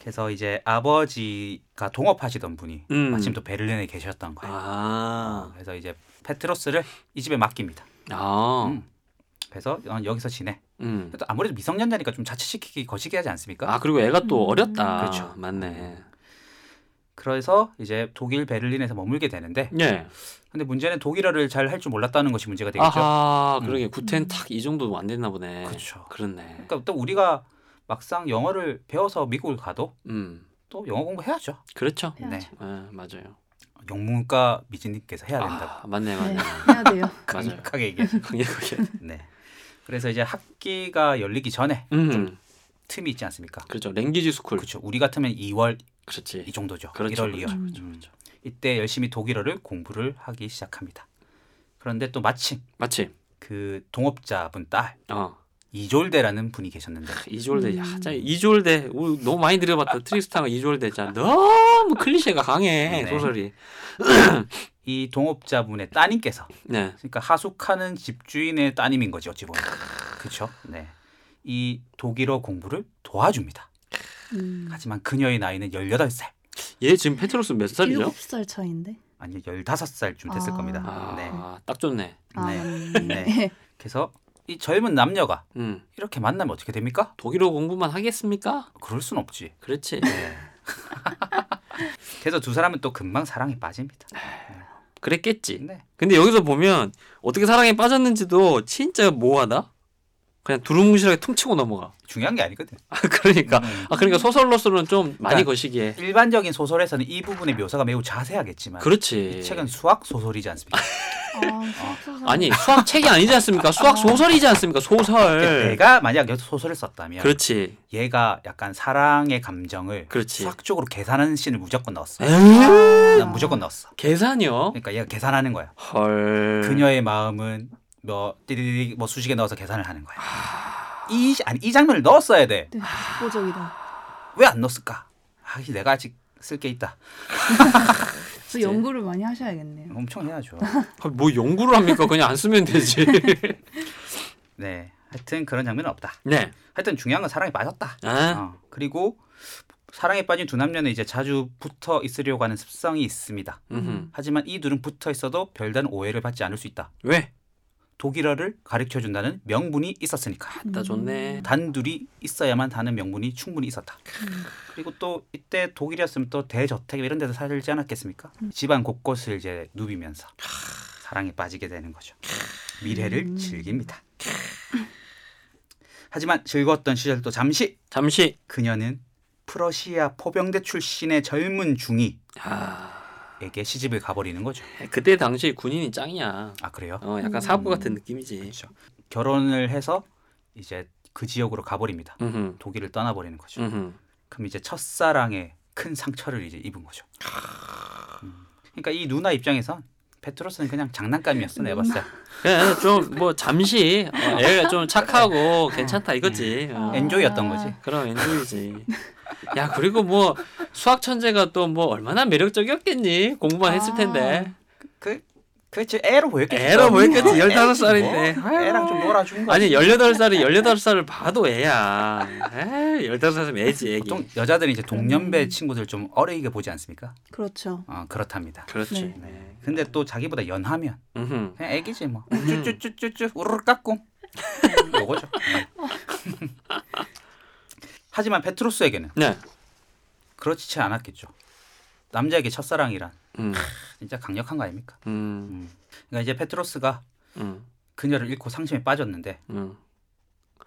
Speaker 3: 그래서 이제 아버지가 동업하시던 분이
Speaker 2: 음.
Speaker 3: 마침 또 베를린에 계셨던 거예요.
Speaker 2: 아.
Speaker 3: 그래서 이제 페트로스를 이 집에 맡깁니다.
Speaker 2: 아. 음.
Speaker 3: 음. 그래서 넌 여기서 지내. 또 아무래도 미성년자니까 좀 자취시키기 거시기 하지 않습니까?
Speaker 2: 아, 그리고 애가 또
Speaker 4: 음.
Speaker 2: 어렸다.
Speaker 3: 그렇죠.
Speaker 2: 맞네.
Speaker 3: 그래서 이제 독일 베를린에서 머물게 되는데
Speaker 2: 예.
Speaker 3: 근데 문제는 독일어를 잘 할 줄 몰랐다는 것이 문제가 되겠죠.
Speaker 2: 아하,
Speaker 3: 음.
Speaker 2: 그러게 구텐 탁이 정도도 안 됐나 보네.
Speaker 3: 그렇죠.
Speaker 2: 그렇네.
Speaker 3: 그러니까 또 우리가 막상 영어를 배워서 미국을 가도
Speaker 2: 음.
Speaker 3: 또 영어 공부해야죠.
Speaker 2: 그렇죠.
Speaker 4: 해야죠.
Speaker 3: 네.
Speaker 2: 예, 맞아요.
Speaker 3: 영문과 미진님께서 해야 된다고
Speaker 2: 아, 맞네,
Speaker 4: 네,
Speaker 2: 맞네.
Speaker 4: 해야 돼요.
Speaker 2: 맞아요.
Speaker 3: 강력하게 얘기해.
Speaker 2: 그게 그게.
Speaker 3: 네. 그래서 이제 학기가 열리기 전에
Speaker 2: 음,
Speaker 3: 틈이 있지 않습니까?
Speaker 2: 그렇죠. 랭귀지 스쿨.
Speaker 3: 그렇죠. 우리 같으면 2월 이
Speaker 2: 그렇지.
Speaker 3: 정도죠.
Speaker 2: 그렇죠,
Speaker 3: 1월,
Speaker 2: 그렇죠,
Speaker 3: 2월.
Speaker 4: 그렇죠,
Speaker 3: 음. 이때 열심히 독일어를 공부를 하기 시작합니다. 그런데 또 마침
Speaker 2: 마침.
Speaker 3: 그 동업자분 딸
Speaker 2: 어.
Speaker 3: 이졸데라는 분이 계셨는데
Speaker 2: 이졸데. 야,
Speaker 4: 음.
Speaker 2: 짜 이졸데. 우리 너무 많이 들어봤다. 트리스탄과 이졸데. 진짜 너무 클리셰가 강해.
Speaker 3: 네.
Speaker 2: 소설이.
Speaker 3: 이 동업자분의 따님께서
Speaker 2: 네.
Speaker 3: 그러니까 하숙하는 집주인의 따님인 거지 어찌 보면 그렇죠. 네. 이 독일어 공부를 도와줍니다.
Speaker 4: 음.
Speaker 3: 하지만 그녀의 나이는 18살
Speaker 2: 얘 지금 페트로스 몇 살이죠?
Speaker 4: 7살 차인데.
Speaker 3: 아니 15살쯤 됐을
Speaker 4: 아.
Speaker 3: 겁니다. 네.
Speaker 2: 아, 딱 좋네.
Speaker 4: 아,
Speaker 3: 네.
Speaker 4: 맞네.
Speaker 3: 네. 그래서 이 젊은 남녀가
Speaker 2: 음.
Speaker 3: 이렇게 만나면 어떻게 됩니까?
Speaker 2: 독일어 공부만 하겠습니까?
Speaker 3: 그럴 순 없지.
Speaker 2: 그렇지.
Speaker 3: 네. 그래서 두 사람은 또 금방 사랑에 빠집니다.
Speaker 2: 그랬겠지.
Speaker 3: 네.
Speaker 2: 근데 여기서 보면 어떻게 사랑에 빠졌는지도 진짜 모호하다. 그냥 두루뭉실하게 퉁치고 넘어가.
Speaker 3: 중요한 게 아니거든.
Speaker 2: 아, 그러니까.
Speaker 3: 음.
Speaker 2: 아, 그러니까 소설로서는 좀 많이
Speaker 3: 그러니까
Speaker 2: 거시기에.
Speaker 3: 일반적인 소설에서는 이 부분의 묘사가 매우 자세하겠지만
Speaker 2: 그렇지.
Speaker 3: 이 책은 수학 소설이지 않습니까?
Speaker 4: 아, 속상하다.
Speaker 2: 아니 수학 책이 아니지 않습니까? 수학 소설이지 않습니까? 소설.
Speaker 3: 내가 만약 여기서 소설을 썼다면
Speaker 2: 네. 그렇지.
Speaker 3: 얘가 약간 사랑의 감정을
Speaker 2: 그렇지.
Speaker 3: 수학적으로 계산하는 씬을 무조건 넣었어.
Speaker 2: 에이?
Speaker 3: 난 무조건 넣었어.
Speaker 2: 계산이요?
Speaker 3: 그러니까 얘가 계산하는 거야.
Speaker 2: 헐.
Speaker 3: 그녀의 마음은 뭐 띠디디 뭐 수식에 넣어서 계산을 하는 거야.
Speaker 2: 아.
Speaker 3: 이 시- 아니 이 장면을 넣었어야 돼.
Speaker 4: 네, 보적이다.
Speaker 3: 왜 안 넣었을까? 아, 이게 내가 아직 쓸 게 있다.
Speaker 4: 또 연구를 많이 하셔야겠네요.
Speaker 3: 엄청 해야죠.
Speaker 2: 아, 뭐 연구를 합니까? 그냥 안 쓰면 되지.
Speaker 3: 네. 하여튼 그런 장면은 없다.
Speaker 2: 네.
Speaker 3: 하여튼 중요한 건 사랑에 빠졌다.
Speaker 2: 아,
Speaker 3: 어, 그리고 사랑에 빠진 두 남녀는 이제 자주 붙어 있으려고 하는 습성이 있습니다.
Speaker 2: 음흠.
Speaker 3: 하지만 이 둘은 붙어 있어도 별다른 오해를 받지 않을 수 있다.
Speaker 2: 왜?
Speaker 3: 독일어를 가르쳐 준다는 명분이 있었으니까.
Speaker 4: 음.
Speaker 2: 나 음, 좋네.
Speaker 3: 단둘이 있어야만 하는 명분이 충분히 있었다. 그리고 또 이때 독일이었으면 또 대저택 이런 데서 살지 않았겠습니까? 집안 곳곳을 이제 누비면서 사랑에 빠지게 되는 거죠. 미래를 즐깁니다. 하지만 즐거웠던 시절도 잠시
Speaker 2: 잠시.
Speaker 3: 그녀는 프러시아 포병대 출신의 젊은 중이에게
Speaker 2: 아,
Speaker 3: 시집을 가버리는 거죠.
Speaker 2: 그때 당시 군인이 짱이야.
Speaker 3: 아 그래요?
Speaker 2: 어, 약간 사부 같은 느낌이지.
Speaker 3: 그렇죠. 결혼을 해서 이제 그 지역으로 가버립니다.
Speaker 2: 음흠.
Speaker 3: 독일을 떠나버리는 거죠.
Speaker 2: 음흠.
Speaker 3: 그럼 이제 첫사랑에 큰 상처를 이제 입은 거죠.
Speaker 2: 아.
Speaker 3: 음. 그러니까 이 누나 입장에서 페트로스는 그냥 장난감이었어 내가 봤을 때.
Speaker 2: 그냥 예, 좀뭐 잠시 어,
Speaker 3: 네.
Speaker 2: 애가 좀 착하고 괜찮다 이거지. 어.
Speaker 4: 아.
Speaker 3: 엔조이였던 거지.
Speaker 2: 그럼 엔조이지. 야 그리고 뭐 수학 천재가 또 뭐 얼마나 매력적이었겠니 공부만 했을 텐데
Speaker 3: 그 그렇지 애로 보였겠지.
Speaker 2: 애로 보였겠지,
Speaker 3: 애지
Speaker 2: 15 살인데.
Speaker 3: 뭐. 애랑 좀 놀아준 거.
Speaker 2: 아니 18살이 18살을 봐도 애야 에이, 15살이면 애지 애기 음.
Speaker 3: 보통 여자들이 이제 동년배 친구들 좀 어리게 보지 않습니까?
Speaker 4: 그렇죠.
Speaker 3: 어, 그렇답니다.
Speaker 2: 그렇지
Speaker 4: 네.
Speaker 2: 네.
Speaker 3: 근데 또 자기보다 연하면
Speaker 2: 음흠.
Speaker 3: 그냥 애기지 뭐.
Speaker 2: 음.
Speaker 3: 쭈쭈쭈쭈쭈 우르르 깎고. 요거죠. 음. 하지만 페트로스에게는
Speaker 2: 네.
Speaker 3: 그렇지 않았겠죠. 남자에게 첫사랑이란
Speaker 2: 음.
Speaker 3: 진짜 강력한 거 아닙니까?
Speaker 2: 음.
Speaker 3: 그러니까 이제 페트로스가
Speaker 2: 음.
Speaker 3: 그녀를 잃고 상심에 빠졌는데
Speaker 2: 음.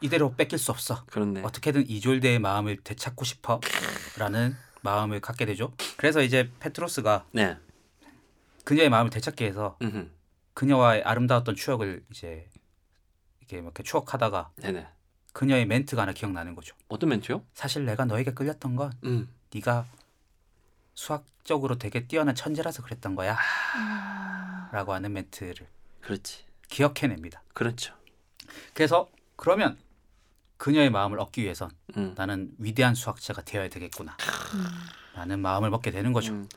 Speaker 3: 이대로 뺏길 수 없어.
Speaker 2: 그렇네
Speaker 3: 어떻게든 이졸대의 마음을 되찾고 싶어라는 마음을 갖게 되죠. 그래서 이제 페트로스가
Speaker 2: 네
Speaker 3: 그녀의 마음을 되찾기 위해서
Speaker 2: 음흠.
Speaker 3: 그녀와의 아름다웠던 추억을 이제 이렇게 막 이렇게 추억하다가
Speaker 2: 네네
Speaker 3: 그녀의 멘트가 하나 기억나는 거죠.
Speaker 2: 어떤 멘트요?
Speaker 3: 사실 내가 너에게 끌렸던 건
Speaker 2: 음.
Speaker 3: 네가 수학적으로 되게 뛰어난 천재라서 그랬던
Speaker 2: 아.
Speaker 3: 거야라고 하는 멘트를
Speaker 2: 그렇지
Speaker 3: 기억해냅니다.
Speaker 2: 그렇죠
Speaker 3: 그래서 그러면 그녀의 마음을 얻기 위해선
Speaker 2: 음.
Speaker 3: 나는 위대한 수학자가 되어야 되겠구나 라는 마음을 먹게 되는 거죠.
Speaker 2: 음.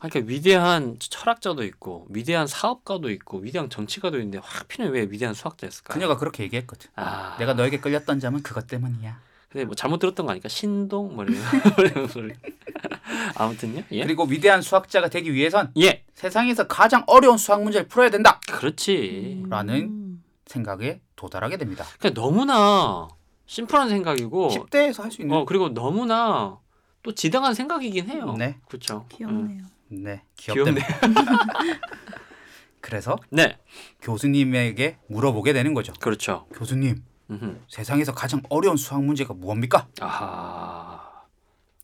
Speaker 2: 아, 그러니까 위대한 철학자도 있고 위대한 사업가도 있고 위대한 정치가도 있는데 하필이면 왜 위대한 수학자였을까?
Speaker 3: 그녀가 그렇게 얘기했거든.
Speaker 2: 아.
Speaker 3: 내가 너에게 끌렸던 점은 그것 때문이야.
Speaker 2: 근데 뭐 잘못 들었던 거 아닐까? 신동 뭐 이런 이런 소리. 아무튼요. 예.
Speaker 3: 그리고 위대한 수학자가 되기 위해선
Speaker 2: 예.
Speaker 3: 세상에서 가장 어려운 수학 문제를 풀어야 된다
Speaker 2: 그렇지.
Speaker 4: 음.
Speaker 3: 음. 라는 생각에 도달하게 됩니다.
Speaker 2: 그러니까 너무나 심플한 생각이고
Speaker 3: 10대에서 할 수 있는
Speaker 2: 어 그리고 너무나 또 지당한 생각이긴 해요.
Speaker 3: 네.
Speaker 2: 그렇죠. 음.
Speaker 4: 귀엽네요.
Speaker 3: 네,
Speaker 2: 귀엽네.
Speaker 3: 귀엽다. 그래서
Speaker 2: 네.
Speaker 3: 교수님에게 물어보게 되는 거죠.
Speaker 2: 그렇죠.
Speaker 3: 교수님,
Speaker 2: 음흠.
Speaker 3: 세상에서 가장 어려운 수학 문제가 무엇입니까?
Speaker 2: 아.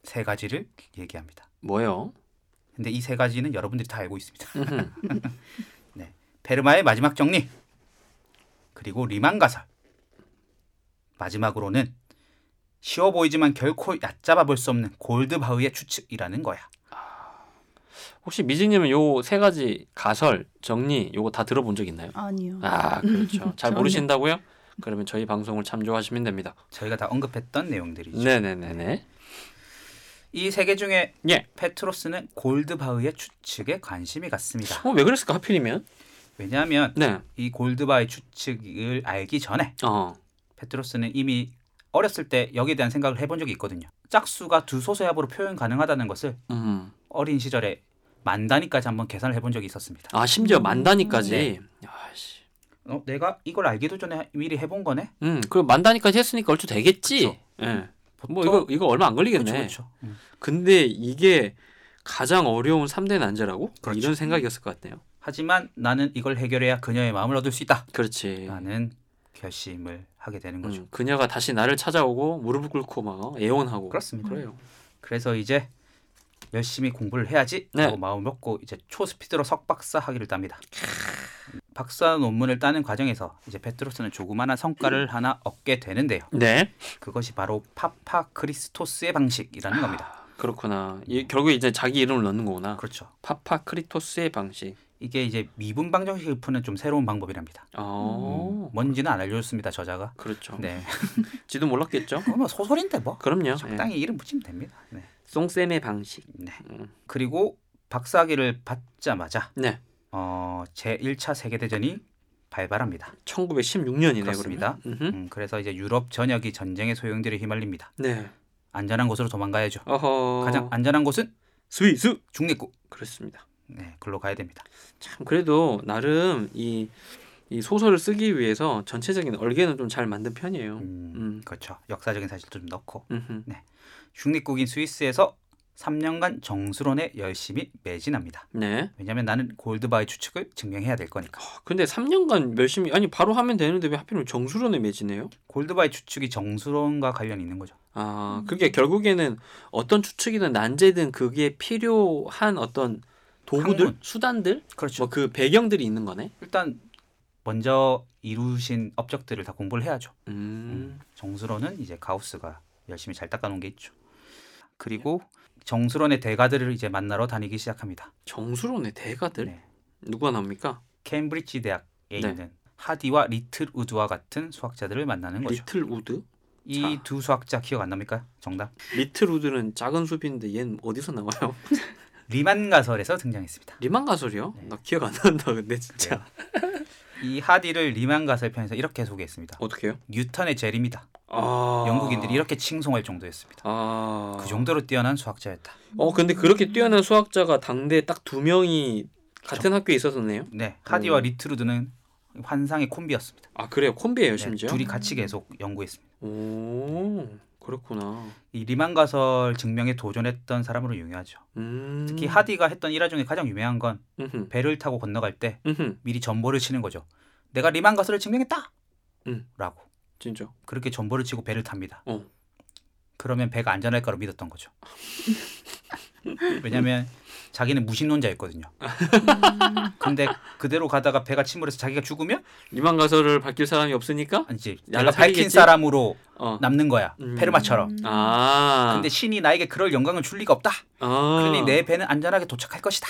Speaker 3: 세 가지를 얘기합니다.
Speaker 2: 뭐요?
Speaker 3: 근데 이 세 가지는 여러분들이 다 알고 있습니다. 네.
Speaker 2: 음흠.
Speaker 3: 페르마의 마지막 정리 그리고 리만 가설 마지막으로는 쉬워 보이지만 결코 얕잡아 볼 수 없는 골드바흐의 추측이라는 거야.
Speaker 2: 혹시 미진님은 요 세 가지 가설 정리 요거 다 들어본 적 있나요?
Speaker 4: 아니요.
Speaker 2: 아 그렇죠.
Speaker 3: 음.
Speaker 2: 잘
Speaker 4: 저는-
Speaker 3: 네.
Speaker 2: 모르신다고요? 그러면 저희 방송을 참조하시면 됩니다.
Speaker 3: 그렇죠.
Speaker 2: 네.
Speaker 3: 저희가 다 언급했던 내용들이죠.
Speaker 2: 네네네네.
Speaker 3: 이 세 개 중에
Speaker 2: 예.
Speaker 3: 페트로스는 골드바흐의 추측에 관심이 갔습니다.
Speaker 2: 어, 왜 그랬을까 하필이면?
Speaker 3: 왜냐하면
Speaker 2: 네.
Speaker 3: 이 골드바의 추측을 알기 전에
Speaker 2: 어.
Speaker 3: 페트로스는 이미 어렸을 때 여기에 대한 생각을 해본 적이 있거든요. 짝수가 두 소수합으로 표현 가능하다는 것을
Speaker 2: 음.
Speaker 3: 어린 시절에 만단위까지 한번 계산을 해본 적이 있었습니다.
Speaker 2: 아 심지어
Speaker 3: 네.
Speaker 4: 음.
Speaker 2: 만다니까지. 아씨.
Speaker 3: 어, 내가 이걸 알기도 전에 미리 해본 거네.
Speaker 2: 음. 그럼 만다니까지 했으니까 얼추 되겠지.
Speaker 3: 그쵸.
Speaker 2: 예.
Speaker 3: 그렇죠. 보통
Speaker 2: 뭐 이거 이거 얼마 안 걸리겠네.
Speaker 3: 그렇죠, 그렇죠. 음.
Speaker 2: 근데 이게 가장 어려운 3대 난제라고?
Speaker 3: 그렇죠.
Speaker 2: 이런 생각이었을 것 같네요.
Speaker 3: 하지만 나는 이걸 해결해야 그녀의 마음을 얻을 수
Speaker 2: 그렇지.
Speaker 3: 있다라는 결심을 하게 되는 거죠.
Speaker 2: 네. 음, 그녀가 다시 나를 찾아오고 무릎을 꿇고 막 애원하고
Speaker 3: 그렇습니다.
Speaker 2: 그래요.
Speaker 3: 그래서 이제 열심히 공부를 해야지
Speaker 2: 네.
Speaker 3: 하고 마음 먹고 이제 초스피드로 석박사 학위를 땁니다. 박사 논문을 따는 과정에서 이제 페트로스는 조그마한 성과를
Speaker 2: 음.
Speaker 3: 하나 얻게 되는데요.
Speaker 2: 네.
Speaker 3: 그것이 바로 파파 크리스토스의
Speaker 2: 아.
Speaker 3: 방식이라는 겁니다.
Speaker 2: 그렇구나. 이, 결국에 이제 자기 이름을 넣는 거구나.
Speaker 3: 그렇죠.
Speaker 2: 파파크리토스의 방식.
Speaker 3: 이게 이제 미분 방정식을 푸는 좀 새로운 방법이랍니다. 음,
Speaker 2: 어.
Speaker 3: 뭔지는 안 알려줬습니다 저자가.
Speaker 2: 그렇죠.
Speaker 3: 네.
Speaker 2: 지도 몰랐겠죠?
Speaker 3: 그건 뭐 소설인데 뭐.
Speaker 2: 그럼요. 예.
Speaker 3: 적당히 이름 붙이면 됩니다. 네.
Speaker 2: 송쌤의 방식.
Speaker 3: 네.
Speaker 2: 음.
Speaker 3: 그리고 박사학위를 받자마자
Speaker 2: 네.
Speaker 3: 어, 제 1차 세계 대전이 발발합니다.
Speaker 2: 1916년이네요.
Speaker 3: 그렇습니다. 음, 그래서 이제 유럽 전역이 전쟁의 소용돌이에 휘말립니다.
Speaker 2: 네.
Speaker 3: 안전한 곳으로 도망가야죠.
Speaker 2: 어허.
Speaker 3: 가장 안전한 곳은
Speaker 2: 스위스.
Speaker 3: 중립국.
Speaker 2: 그렇습니다.
Speaker 3: 네, 글로 가야 됩니다.
Speaker 2: 참 그래도 나름 이, 이 소설을 쓰기 위해서 전체적인 얼개는 좀 잘 만든 편이에요.
Speaker 3: 음,
Speaker 2: 음.
Speaker 3: 그렇죠. 역사적인 사실도 좀 넣고
Speaker 2: 음흠.
Speaker 3: 중립국인 스위스에서 3년간 정수론에 열심히 매진합니다.
Speaker 2: 네.
Speaker 3: 왜냐하면 나는 골드바의 추측을 증명해야 될 거니까.
Speaker 2: 근데 3년간 열심히 아니 바로 하면 되는데 왜 하필이면 정수론에 매진해요?
Speaker 3: 골드바의 추측이 정수론과 관련이 있는 거죠.
Speaker 2: 아,
Speaker 3: 음.
Speaker 2: 그게 결국에는 어떤 추측이든 난제든 그게 필요한 어떤 도구들,
Speaker 3: 학문.
Speaker 2: 수단들,
Speaker 3: 그렇죠.
Speaker 2: 뭐 그 배경들이 있는 거네.
Speaker 3: 일단 먼저 이루신 업적들을 다 공부를 해야죠.
Speaker 2: 음.
Speaker 3: 정수론은 이제 가우스가 열심히 잘 닦아놓은 게 있죠. 그리고
Speaker 2: 예.
Speaker 3: 정수론의 대가들을 이제 만나러 다니기 시작합니다.
Speaker 2: 정수론의 대가들
Speaker 3: 네.
Speaker 2: 누가 나옵니까?
Speaker 3: 케임브리지 대학에
Speaker 2: 네.
Speaker 3: 있는 하디와 리틀 우드와 같은 수학자들을 만나는 거죠.
Speaker 2: 리틀 우드?
Speaker 3: 이 두 수학자 기억 안 납니까? 정답.
Speaker 2: 리틀 우드는 작은 숲인데 얘는 어디서 나와요?
Speaker 3: 리만 가설에서 등장했습니다.
Speaker 2: 리만 가설이요?
Speaker 3: 네.
Speaker 2: 나 기억 안 난다 근데 진짜
Speaker 3: 이 하디를 리만 가설 편에서 이렇게 소개했습니다.
Speaker 2: 어떻게요?
Speaker 3: 뉴턴의 젤입니다.
Speaker 2: 아
Speaker 3: 영국인들이 이렇게 칭송할 정도였습니다.
Speaker 2: 아
Speaker 3: 그 정도로 음. 뛰어난 수학자였다.
Speaker 2: 어 근데 그렇게 뛰어난 수학자가 당대 딱 두 명이 같은 학교에 있었었네요.
Speaker 3: 네, 하디와
Speaker 2: 오.
Speaker 3: 리틀 우드는 환상의 콤비였습니다.
Speaker 2: 아 그래요 콤비예요
Speaker 3: 네,
Speaker 2: 심지어.
Speaker 3: 둘이 같이 계속 연구했습니다.
Speaker 2: 오 그렇구나.
Speaker 3: 이 리만 가설 증명에 도전했던 사람으로 유명하죠.
Speaker 2: 음.
Speaker 3: 특히 하디가 했던 일화 중에 가장 유명한 건
Speaker 2: 음흠.
Speaker 3: 배를 타고 건너갈 때
Speaker 2: 음흠.
Speaker 3: 미리 전보를 치는 거죠. 내가 리만 가설을 증명했다.
Speaker 2: 음.
Speaker 3: 라고
Speaker 2: 진짜.
Speaker 3: 그렇게 전보를 치고 배를 탑니다.
Speaker 2: 어.
Speaker 3: 그러면 배가 안전할 거로 믿었던 거죠. 왜냐하면 자기는 무신론자였거든요. 근데 그대로 가다가 배가 침몰해서 자기가 죽으면
Speaker 2: 리만 가설을 밝힐 사람이 없으니까.
Speaker 3: 이제
Speaker 2: 날라
Speaker 3: 내가 밝힌
Speaker 2: 살리겠지?
Speaker 3: 사람으로
Speaker 2: 어.
Speaker 3: 남는 거야.
Speaker 2: 음.
Speaker 3: 페르마처럼.
Speaker 2: 아.
Speaker 3: 근데 신이 나에게 그럴 영광을 줄 리가 없다.
Speaker 2: 아.
Speaker 3: 그러니 내 배는 안전하게 도착할 것이다.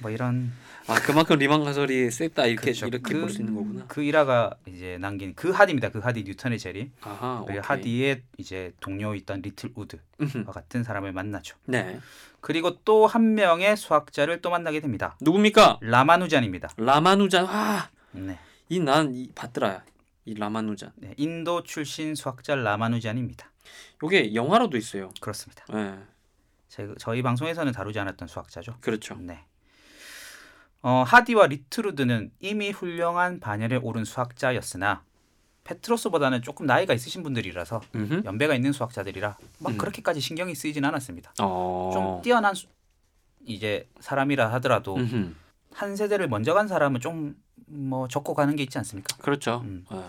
Speaker 3: 뭐 이런
Speaker 2: 아 그만큼 리만 가설이 셌다 이렇게
Speaker 3: 그렇죠.
Speaker 2: 이렇게
Speaker 3: 그-
Speaker 2: 볼 수 있는 거구나.
Speaker 3: 그 일화가 이제 남긴 그 하디입니다. 그 하디 뉴턴의 제리.
Speaker 2: 아하.
Speaker 3: 그리고
Speaker 2: 오케이.
Speaker 3: 하디의 이제 동료였던 리틀 우드와
Speaker 2: 음흠.
Speaker 3: 같은 사람을 만나죠.
Speaker 2: 네.
Speaker 3: 그리고 또 한 명의 수학자를 또 만나게 됩니다.
Speaker 2: 누굽니까?
Speaker 3: 라마누잔입니다.
Speaker 2: 라마누잔. 와.
Speaker 3: 네.
Speaker 2: 이난 이 봤더라. 이 라마누잔.
Speaker 3: 네, 인도 출신 수학자 라마누잔입니다.
Speaker 2: 요게 영화로도 있어요.
Speaker 3: 그렇습니다.
Speaker 2: 예. 네.
Speaker 3: 제- 저희 방송에서는 다루지 않았던 수학자죠.
Speaker 2: 그렇죠.
Speaker 3: 네. 어, 하디와 리트루드는 이미 훌륭한 반열에 오른 수학자였으나 페트로스보다는 조금 나이가 있으신 분들이라서
Speaker 2: 음흠.
Speaker 3: 연배가 있는 수학자들이라 막
Speaker 2: 음.
Speaker 3: 그렇게까지 신경이 쓰이진 않았습니다.
Speaker 2: 어.
Speaker 3: 좀 뛰어난 수- 이제 사람이라 하더라도
Speaker 2: 음흠.
Speaker 3: 한 세대를 먼저 간 사람은 좀 뭐 적고 가는 게 있지 않습니까?
Speaker 2: 그렇죠.
Speaker 3: 음.
Speaker 2: 예.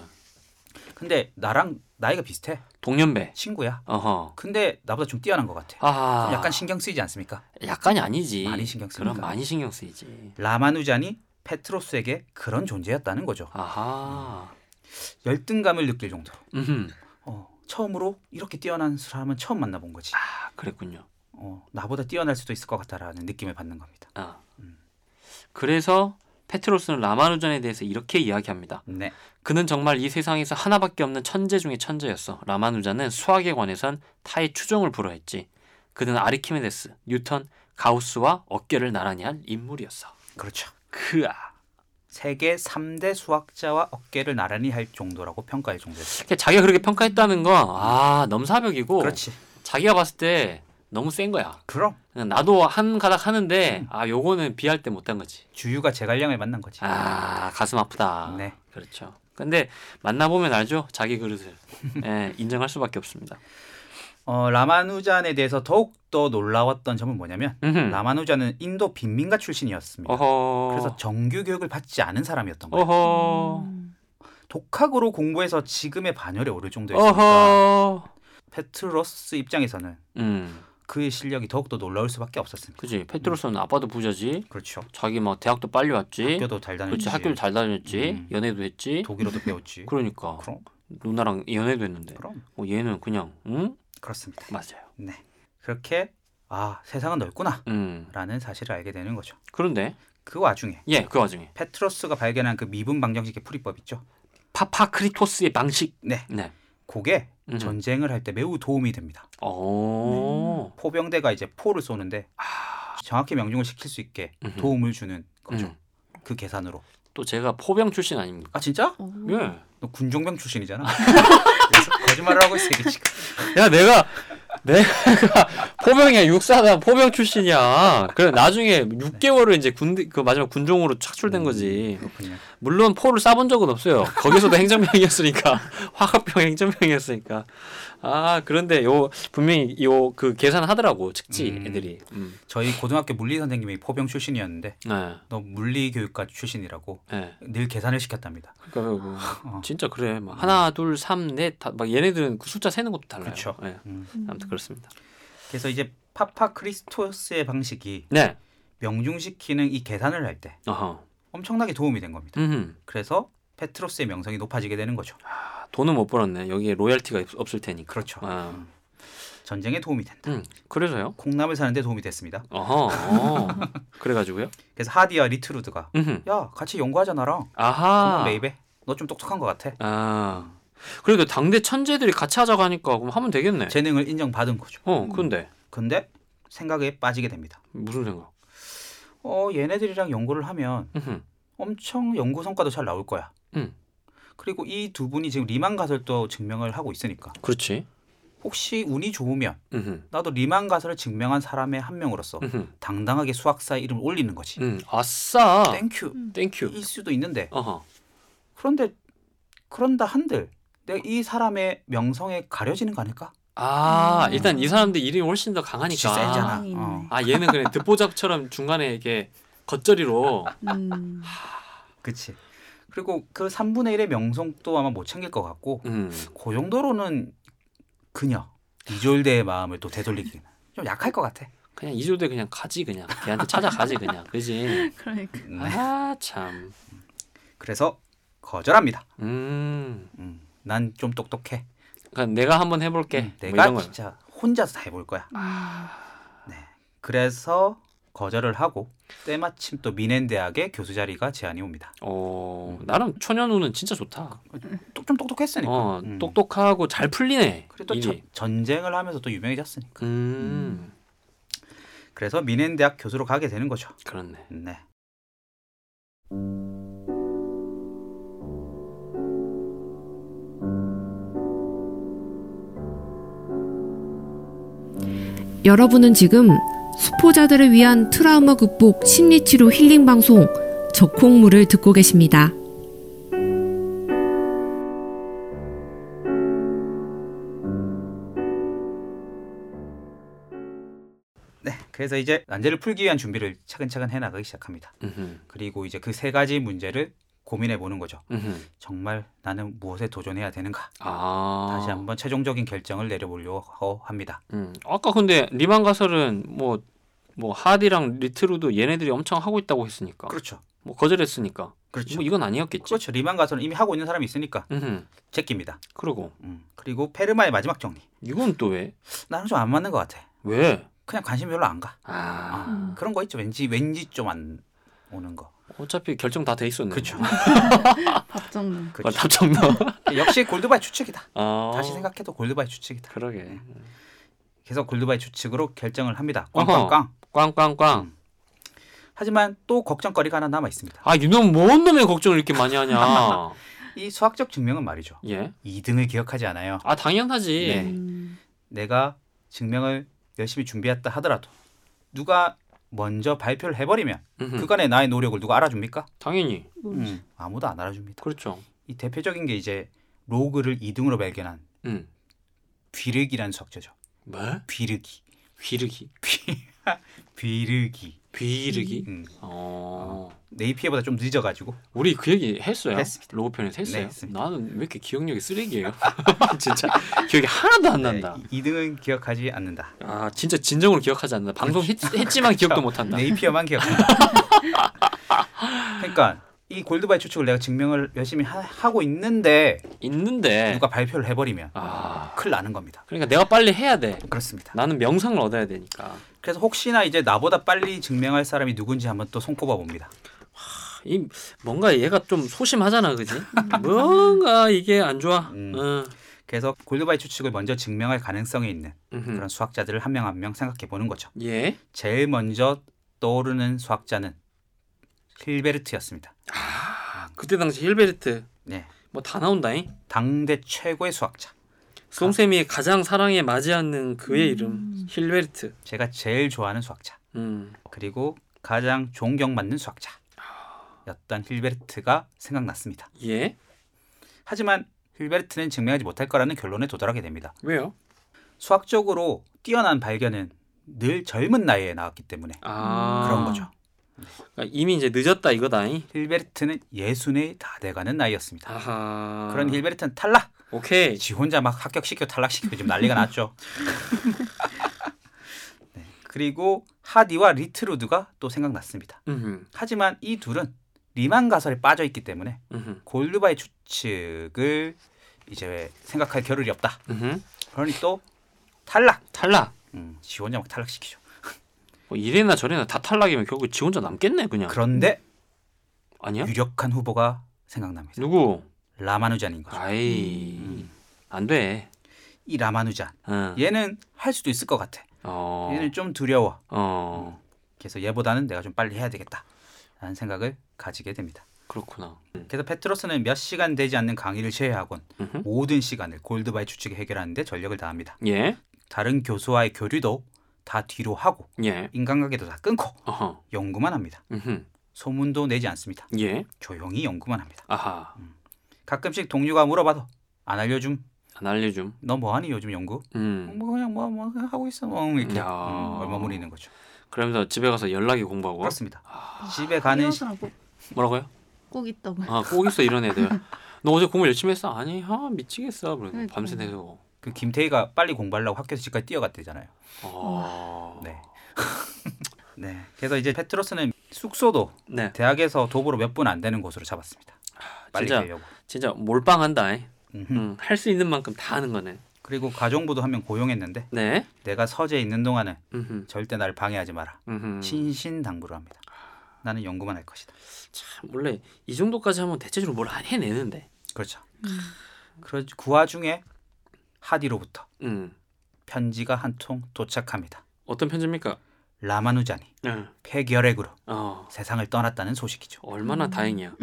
Speaker 3: 근데 나랑 나이가 비슷해
Speaker 2: 동년배.
Speaker 3: 친구야.
Speaker 2: 어허.
Speaker 3: 근데 나보다 좀 뛰어난 것 같아.
Speaker 2: 아.
Speaker 3: 그럼 약간 신경 쓰이지 않습니까?
Speaker 2: 약간이 아니지.
Speaker 3: 많이 신경 쓰니까.
Speaker 2: 그럼 많이 신경 쓰이지.
Speaker 3: 라마누잔이 페트로스에게 그런 존재였다는 거죠.
Speaker 2: 아하.
Speaker 3: 열등감을 느낄 정도로.
Speaker 2: 음.
Speaker 3: 어, 처음으로 이렇게 뛰어난 사람은 처음 만나본 거지.
Speaker 2: 아, 그랬군요.
Speaker 3: 어, 나보다 뛰어날 수도 있을 것 같다라는 느낌을 받는 겁니다.
Speaker 2: 아.
Speaker 3: 음.
Speaker 2: 그래서 페트로스는 라마누잔에 대해서 이렇게 이야기합니다.
Speaker 3: 네,
Speaker 2: 그는 정말 이 세상에서 하나밖에 없는 천재 중의 천재였어. 라마누잔은 수학에 관해선 타의 추종을 불허했지. 그는 아리키메데스, 뉴턴, 가우스와 어깨를 나란히 한 인물이었어.
Speaker 3: 그렇죠.
Speaker 2: 그아.
Speaker 3: 세계 3대 수학자와 어깨를 나란히 할 정도라고 평가할 정도였어요.
Speaker 2: 그러니까 자기가 그렇게 평가했다는 건 아 넘사벽이고
Speaker 3: 그렇지.
Speaker 2: 자기가 봤을 때 너무 센 거야.
Speaker 3: 그럼
Speaker 2: 그냥 나도 한 가닥 하는데
Speaker 3: 음.
Speaker 2: 아 요거는 비할 때 못한 거지.
Speaker 3: 주유가 제갈량을 만난 거지.
Speaker 2: 아 가슴 아프다.
Speaker 3: 네.
Speaker 2: 그렇죠. 근데 만나보면 알죠. 자기 그릇을 예, 인정할 수밖에 없습니다.
Speaker 3: 어, 라마누잔에 대해서 더욱 더 놀라웠던 점은 뭐냐면
Speaker 2: 음흠.
Speaker 3: 라마누잔은 인도 빈민가 출신이었습니다.
Speaker 2: 어허.
Speaker 3: 그래서 정규 교육을 받지 않은 사람이었던 거예요.
Speaker 2: 어허.
Speaker 4: 음.
Speaker 3: 독학으로 공부해서 지금의 반열에 오를 정도였으니까
Speaker 2: 어허.
Speaker 3: 페트로스 입장에서는
Speaker 2: 음.
Speaker 3: 그의 실력이 더욱더 놀라울 수밖에 없었습니다.
Speaker 2: 그지. 페트로스는 아빠도 부자지.
Speaker 3: 그렇죠.
Speaker 2: 자기 막 대학도 빨리 왔지.
Speaker 3: 네. 학교도 잘 다녔지.
Speaker 2: 그렇지. 그렇죠. 학교를 잘 다녔지.
Speaker 3: 음.
Speaker 2: 연애도 했지.
Speaker 3: 독일어도 배웠지.
Speaker 2: 그러니까
Speaker 3: 그럼
Speaker 2: 누나랑 연애도 했는데.
Speaker 3: 그럼
Speaker 2: 어, 얘는 그냥 응?
Speaker 3: 그렇습니다.
Speaker 2: 맞아요.
Speaker 3: 네. 그렇게 아 세상은 넓구나
Speaker 2: 음.
Speaker 3: 라는 사실을 알게 되는 거죠.
Speaker 2: 그런데
Speaker 3: 그 와중에
Speaker 2: 예, 그 와중에
Speaker 3: 페트로스가 발견한 그 미분 방정식의 풀이법 있죠.
Speaker 2: 파파크리토스의 방식.
Speaker 3: 네.
Speaker 2: 네.
Speaker 3: 그게
Speaker 2: 음.
Speaker 3: 전쟁을 할 때 매우 도움이 됩니다.
Speaker 2: 오.
Speaker 3: 포병대가 이제 포를 쏘는데 아, 정확히 명중을 시킬 수 있게
Speaker 2: 음흠.
Speaker 3: 도움을 주는 거죠.
Speaker 2: 음.
Speaker 3: 그 계산으로.
Speaker 2: 또 제가 포병 출신 아닙니까?
Speaker 3: 아 진짜?
Speaker 4: 어.
Speaker 2: 예.
Speaker 3: 너 군종병 출신이잖아. 그래서 거짓말을 하고 있어 이게 지금.
Speaker 2: 야 내가 내가 포병이야 육사다 포병 출신이야. 그래 나중에 6개월을 이제 군대 그 마지막 군종으로 착출된 거지.
Speaker 3: 네. 음, 그렇군요.
Speaker 2: 물론 포를 쏴본 적은 없어요. 거기서도 행정병이었으니까 화학병 행정병이었으니까. 아 그런데 요 분명히 요 그 계산하더라고 측지
Speaker 3: 음.
Speaker 2: 애들이. 음.
Speaker 3: 저희 고등학교 물리 선생님이 포병 출신이었는데
Speaker 2: 네.
Speaker 3: 너 물리 교육과 출신이라고
Speaker 2: 네.
Speaker 3: 늘 계산을 시켰답니다.
Speaker 2: 그러니까 뭐,
Speaker 3: 어. 진짜.
Speaker 2: 진짜 그래. 막 하나, 둘, 셋, 넷, 다, 막 얘네들은 그 숫자 세는 것도 달라요.
Speaker 3: 그쵸.
Speaker 2: 예.
Speaker 3: 음.
Speaker 2: 아무튼 그렇습니다.
Speaker 3: 그래서 이제 파파 크리스토스의 방식이
Speaker 2: 네.
Speaker 3: 명중시키는 이 계산을 할 때
Speaker 2: 어허.
Speaker 3: 엄청나게 도움이 된 겁니다.
Speaker 2: 음.
Speaker 3: 그래서 페트로스의 명성이 높아지게 되는 거죠.
Speaker 2: 돈은 못 벌었네. 여기에 로열티가 없- 없을 테니까.
Speaker 3: 그렇죠.
Speaker 2: 아.
Speaker 3: 음. 전쟁에 도움이 된다.
Speaker 2: 음. 그래서요?
Speaker 3: 콩나물 사는데 도움이 됐습니다.
Speaker 2: 어허. 어. 그래가지고요.
Speaker 3: 그래서 하디와 리트루드가
Speaker 2: 음.
Speaker 3: 야 같이 연구하자 나랑
Speaker 2: 아하.
Speaker 3: 아. 메이베 너 좀 똑똑한 것 같아.
Speaker 2: 아. 그래도 당대 천재들이 같이 하자고 하니까 그럼 하면 되겠네.
Speaker 3: 재능을 인정받은 거죠.
Speaker 2: 어. 근데
Speaker 3: 근데 생각에 빠지게 됩니다.
Speaker 2: 무슨 생각?
Speaker 3: 어 얘네들이랑 연구를 하면
Speaker 2: 음.
Speaker 3: 엄청 연구 성과도 잘 나올 거야.
Speaker 2: 음.
Speaker 3: 그리고 이 두 분이 지금 리만 가설도 증명을 하고 있으니까
Speaker 2: 그렇지.
Speaker 3: 혹시 운이 좋으면
Speaker 2: 음.
Speaker 3: 나도 리만 가설을 증명한 사람의 한 명으로서
Speaker 2: 음.
Speaker 3: 당당하게 수학사의 이름을 올리는 거지.
Speaker 2: 음. 아싸.
Speaker 3: 땡큐
Speaker 2: 땡큐.
Speaker 3: 일 수도 있는데
Speaker 2: 어허.
Speaker 3: 그런데 그런다 한들 내가 이 사람의 명성에 가려지는 거 아닐까?
Speaker 2: 아,
Speaker 4: 음.
Speaker 2: 일단 이 사람들 이름이 훨씬 더
Speaker 3: 진짜
Speaker 2: 강하니까.
Speaker 3: 세잖아.
Speaker 4: 상황이
Speaker 3: 어.
Speaker 4: 있네.
Speaker 2: 아 얘는 그냥 듣보잡처럼 중간에 이게 겉절이로
Speaker 4: 음.
Speaker 3: 그치. 그리고 그 3분의 1의 명성도 아마 못 챙길 것 같고
Speaker 2: 음.
Speaker 3: 그 정도로는 그녀 이졸대의 마음을 또 되돌리기는 좀 약할 것 같아.
Speaker 2: 그냥 이조대 그냥 가지 그냥 걔한테 찾아가지 그냥 그지
Speaker 4: 그러니까.
Speaker 2: 아,
Speaker 3: 네.
Speaker 2: 아참
Speaker 3: 그래서 거절합니다.
Speaker 2: 음.
Speaker 3: 음, 난 좀 똑똑해.
Speaker 2: 그냥 그러니까 내가 한번 해볼게
Speaker 3: 음,
Speaker 2: 뭐
Speaker 3: 내가
Speaker 2: 이런 거
Speaker 3: 진짜 혼자서 다 해볼 거야.
Speaker 4: 아.
Speaker 3: 그래서 거절을 하고 때마침 또 미넨 대학의 교수 자리가 제안이 옵니다.
Speaker 2: 어
Speaker 3: 음.
Speaker 2: 나름 초년우는 진짜 좋다
Speaker 3: 똑- 좀 똑똑했으니까.
Speaker 2: 어
Speaker 3: 음.
Speaker 2: 똑똑하고 잘 풀리네
Speaker 3: 그리고 또
Speaker 2: 일이
Speaker 3: 전- 전쟁을 하면서 또 유명해졌으니까.
Speaker 2: 음
Speaker 3: 그래서 미넨 대학 교수로 가게 되는 거죠.
Speaker 2: 그렇네
Speaker 3: 네.
Speaker 1: 여러분은 지금 수포자들을 위한 트라우마 극복 심리치료 힐링 방송 적콩물을 듣고 계십니다.
Speaker 3: 네. 그래서 이제 난제를 풀기 위한 준비를 차근차근 해 나가기 시작합니다.
Speaker 2: 음흠.
Speaker 3: 그리고 이제 그 세 가지 문제를 고민해 보는 거죠.
Speaker 2: 음흠.
Speaker 3: 정말 나는 무엇에 도전해야 되는가?
Speaker 2: 아
Speaker 3: 다시 한번 최종적인 결정을 내려보려고 합니다.
Speaker 2: 음. 아까 근데 리만 가설은 뭐 뭐 하디랑 리트루도 얘네들이 엄청 하고 있다고 했으니까
Speaker 3: 그렇죠.
Speaker 2: 뭐 거절했으니까
Speaker 3: 그렇죠.
Speaker 2: 뭐 이건 아니었겠지.
Speaker 3: 그렇죠. 리만 가서는 이미 하고 있는 사람이 있으니까
Speaker 2: 음.
Speaker 3: 제끼입니다.
Speaker 2: 그러고
Speaker 3: 음. 그리고 페르마의 마지막 정리.
Speaker 2: 이건 또 왜?
Speaker 3: 나랑 좀 안 맞는 것 같아.
Speaker 2: 왜?
Speaker 3: 그냥 관심이 별로 안 가.
Speaker 2: 아,
Speaker 4: 음.
Speaker 3: 그런 거 있죠. 왠지 왠지 좀 안 오는 거.
Speaker 2: 어차피 결정 다 돼 있었네.
Speaker 3: 그렇죠.
Speaker 4: 밥정도.
Speaker 2: 아,
Speaker 3: 그렇죠.
Speaker 2: 답장 나.
Speaker 3: 역시 골드바이 추측이다.
Speaker 2: 아,
Speaker 3: 다시 생각해도 골드바이 추측이다.
Speaker 2: 그러게.
Speaker 3: 그래서 골드바이 추측으로 결정을 합니다.
Speaker 2: 어허.
Speaker 3: 꽝꽝꽝.
Speaker 2: 꽝꽝꽝.
Speaker 3: 음. 하지만 또 걱정거리가 하나 남아 있습니다.
Speaker 2: 아 이놈 뭔 놈의 걱정을 이렇게 많이 하냐.
Speaker 3: 이 수학적 증명은 말이죠.
Speaker 2: 예.
Speaker 3: 2등을 기억하지 않아요.
Speaker 2: 아 당연하지.
Speaker 3: 네.
Speaker 4: 음,
Speaker 3: 내가 증명을 열심히 준비했다 하더라도 누가 먼저 발표를 해버리면
Speaker 2: 음흠.
Speaker 3: 그간의 나의 노력을 누가 알아줍니까?
Speaker 2: 당연히
Speaker 4: 모르죠.
Speaker 3: 음, 아무도 안 알아줍니다.
Speaker 2: 그렇죠.
Speaker 3: 이 대표적인 게 이제 로그를 2등으로 발견한
Speaker 2: 음.
Speaker 3: 비르기라는 수학자죠.
Speaker 2: 뭐?
Speaker 3: 비르기,
Speaker 2: 비르기.
Speaker 3: 비르기.
Speaker 2: 비르기.
Speaker 3: 음,
Speaker 2: 어.
Speaker 3: 네이피에보다 좀 늦어가지고
Speaker 2: 우리 그 얘기 했어요.
Speaker 3: 했습니다.
Speaker 2: 로고 편에서 했어요.
Speaker 3: 네, 했습니다.
Speaker 2: 나는 왜 이렇게 기억력이 쓰레기예요? 진짜 기억이 하나도
Speaker 3: 네,
Speaker 2: 안 난다.
Speaker 3: 2등은 기억하지 않는다.
Speaker 2: 아 진짜 진정으로 기억하지 않는다. 방송 했, 했지만 기억도 못 한다.
Speaker 3: 그렇죠. 네이피어만 기억한다. 그러니까 이 골드바이 추측을 내가 증명을 열심히 하, 하고 있는데
Speaker 2: 있는데.
Speaker 3: 누가 발표를 해버리면
Speaker 2: 아
Speaker 3: 큰일 나는 겁니다.
Speaker 2: 그러니까 내가 빨리 해야 돼.
Speaker 3: 그렇습니다.
Speaker 2: 나는 명상을 얻어야 되니까.
Speaker 3: 그래서 혹시나 이제 나보다 빨리 증명할 사람이 누군지 한번 또 손꼽아 봅니다.
Speaker 2: 이 뭔가 얘가 좀 소심하잖아, 그지? 뭔가 이게 안 좋아.
Speaker 3: 음.
Speaker 2: 어.
Speaker 3: 그래서 골드바이 추측을 먼저 증명할 가능성이 있는
Speaker 2: 음흠.
Speaker 3: 그런 수학자들을 한 명 한 명 생각해 보는 거죠.
Speaker 2: 예.
Speaker 3: 제일 먼저 떠오르는 수학자는 힐베르트였습니다.
Speaker 2: 아, 그때 당시 힐베르트
Speaker 3: 네,
Speaker 2: 뭐 다 나온다잉.
Speaker 3: 당대 최고의 수학자.
Speaker 2: 송쌤이 가장 사랑에 맞지 않는 그의 이름 힐베르트.
Speaker 3: 제가 제일 좋아하는 수학자.
Speaker 2: 음.
Speaker 3: 그리고 가장 존경받는 수학자. 였던 힐베르트가 생각났습니다.
Speaker 2: 예.
Speaker 3: 하지만 힐베르트는 증명하지 못할 거라는 결론에 도달하게 됩니다.
Speaker 2: 왜요?
Speaker 3: 수학적으로 뛰어난 발견은 늘 젊은 나이에 나왔기 때문에
Speaker 2: 아
Speaker 4: 음.
Speaker 3: 그런 거죠.
Speaker 2: 그러니까 이미 이제 늦었다 이거다잉.
Speaker 3: 힐베르트는 예순에 다 돼가는 나이였습니다.
Speaker 2: 아하.
Speaker 3: 그런 힐베르트는 탈락.
Speaker 2: 오케이.
Speaker 3: 지 혼자 막 합격시켜 탈락시키고 지금 난리가 났죠. 네, 그리고 하디와 리트루드가 또 생각났습니다.
Speaker 2: 음.
Speaker 3: 하지만 이 둘은 리만 가설에 빠져 있기 때문에
Speaker 2: 음.
Speaker 3: 골드바이 추측을 이제 생각할 겨를이 없다.
Speaker 2: 음.
Speaker 3: 그러니 또 탈락.
Speaker 2: 탈락.
Speaker 3: 음, 지 혼자 막 탈락시키죠.
Speaker 2: 뭐 이래나 저래나 다 탈락이면 결국 지 혼자 남겠네 그냥.
Speaker 3: 그런데
Speaker 2: 아니야?
Speaker 3: 유력한 후보가 생각납니다.
Speaker 2: 누구?
Speaker 3: 라마누잔인 거죠.
Speaker 2: 아이
Speaker 3: 음.
Speaker 2: 안 돼.
Speaker 3: 이 라마누잔.
Speaker 2: 어.
Speaker 3: 얘는 할 수도 있을 것 같아.
Speaker 2: 어.
Speaker 3: 얘는 좀 두려워.
Speaker 2: 어.
Speaker 3: 그래서 얘보다는 내가 좀 빨리 해야 되겠다. 라는 생각을 가지게 됩니다.
Speaker 2: 그렇구나.
Speaker 3: 그래서 페트로스는 몇 시간 되지 않는 강의를 제외하곤
Speaker 2: 음흠.
Speaker 3: 모든 시간을 골드바이 추측에 해결하는데 전력을 다합니다.
Speaker 2: 예.
Speaker 3: 다른 교수와의 교류도 다 뒤로 하고
Speaker 2: 예.
Speaker 3: 인간관계도 다 끊고
Speaker 2: 어허.
Speaker 3: 연구만 합니다.
Speaker 2: 음흠.
Speaker 3: 소문도 내지 않습니다.
Speaker 2: 예.
Speaker 3: 조용히 연구만 합니다.
Speaker 2: 아하.
Speaker 3: 가끔씩 동료가 물어봐도 안 알려줌.
Speaker 2: 안 알려줌.
Speaker 3: 너 뭐하니 요즘 연구?
Speaker 2: 음.
Speaker 3: 뭐 그냥 뭐, 뭐 그냥 하고 있어. 뭐 이렇게
Speaker 2: 야.
Speaker 3: 음, 얼마무리는 거죠.
Speaker 2: 그러면서 집에 가서 연락이 공부하고. 아,
Speaker 3: 그렇습니다. 집에 가는 시...
Speaker 4: 아, 이러더라고
Speaker 2: 뭐라고요?
Speaker 4: 꼭 있다고.
Speaker 2: 아, 꼭 있어 이런 애들. 너 어제 공부 열심히 했어? 아니, 아, 미치겠어. 그래.
Speaker 4: 그러니까.
Speaker 2: 밤새 새고.
Speaker 3: 그 김태희가 빨리 공부하려고 학교에서 집까지 뛰어갔대잖아요.
Speaker 2: 어.
Speaker 3: 네. 네. 그래서 이제 페트로스는 숙소도
Speaker 2: 네.
Speaker 3: 대학에서 도보로 몇 분 안 되는 곳으로 잡았습니다. 빨리
Speaker 2: 진짜.
Speaker 3: 가려고.
Speaker 2: 진짜 몰빵한다. 잉.
Speaker 3: 음흠.
Speaker 2: 음. 할 수 있는 만큼 다 하는 거네.
Speaker 3: 그리고 가정부도 한 명 고용했는데
Speaker 2: 네.
Speaker 3: 내가 서재에 있는 동안은
Speaker 2: 음.
Speaker 3: 절대 나를 방해하지 마라.
Speaker 2: 음.
Speaker 3: 신신당부를 합니다. 나는 연구만 할 것이다.
Speaker 2: 참 원래 이 정도까지 하면 대체적으로 뭘 안 해내는데.
Speaker 3: 그렇죠. 그러 그 와중에 하디로부터
Speaker 2: 음.
Speaker 3: 편지가 한 통 도착합니다.
Speaker 2: 어떤 편지입니까?
Speaker 3: 라마누잔이
Speaker 2: 응.
Speaker 3: 폐결핵으로
Speaker 2: 어.
Speaker 3: 세상을 떠났다는 소식이죠.
Speaker 2: 얼마나 다행이야.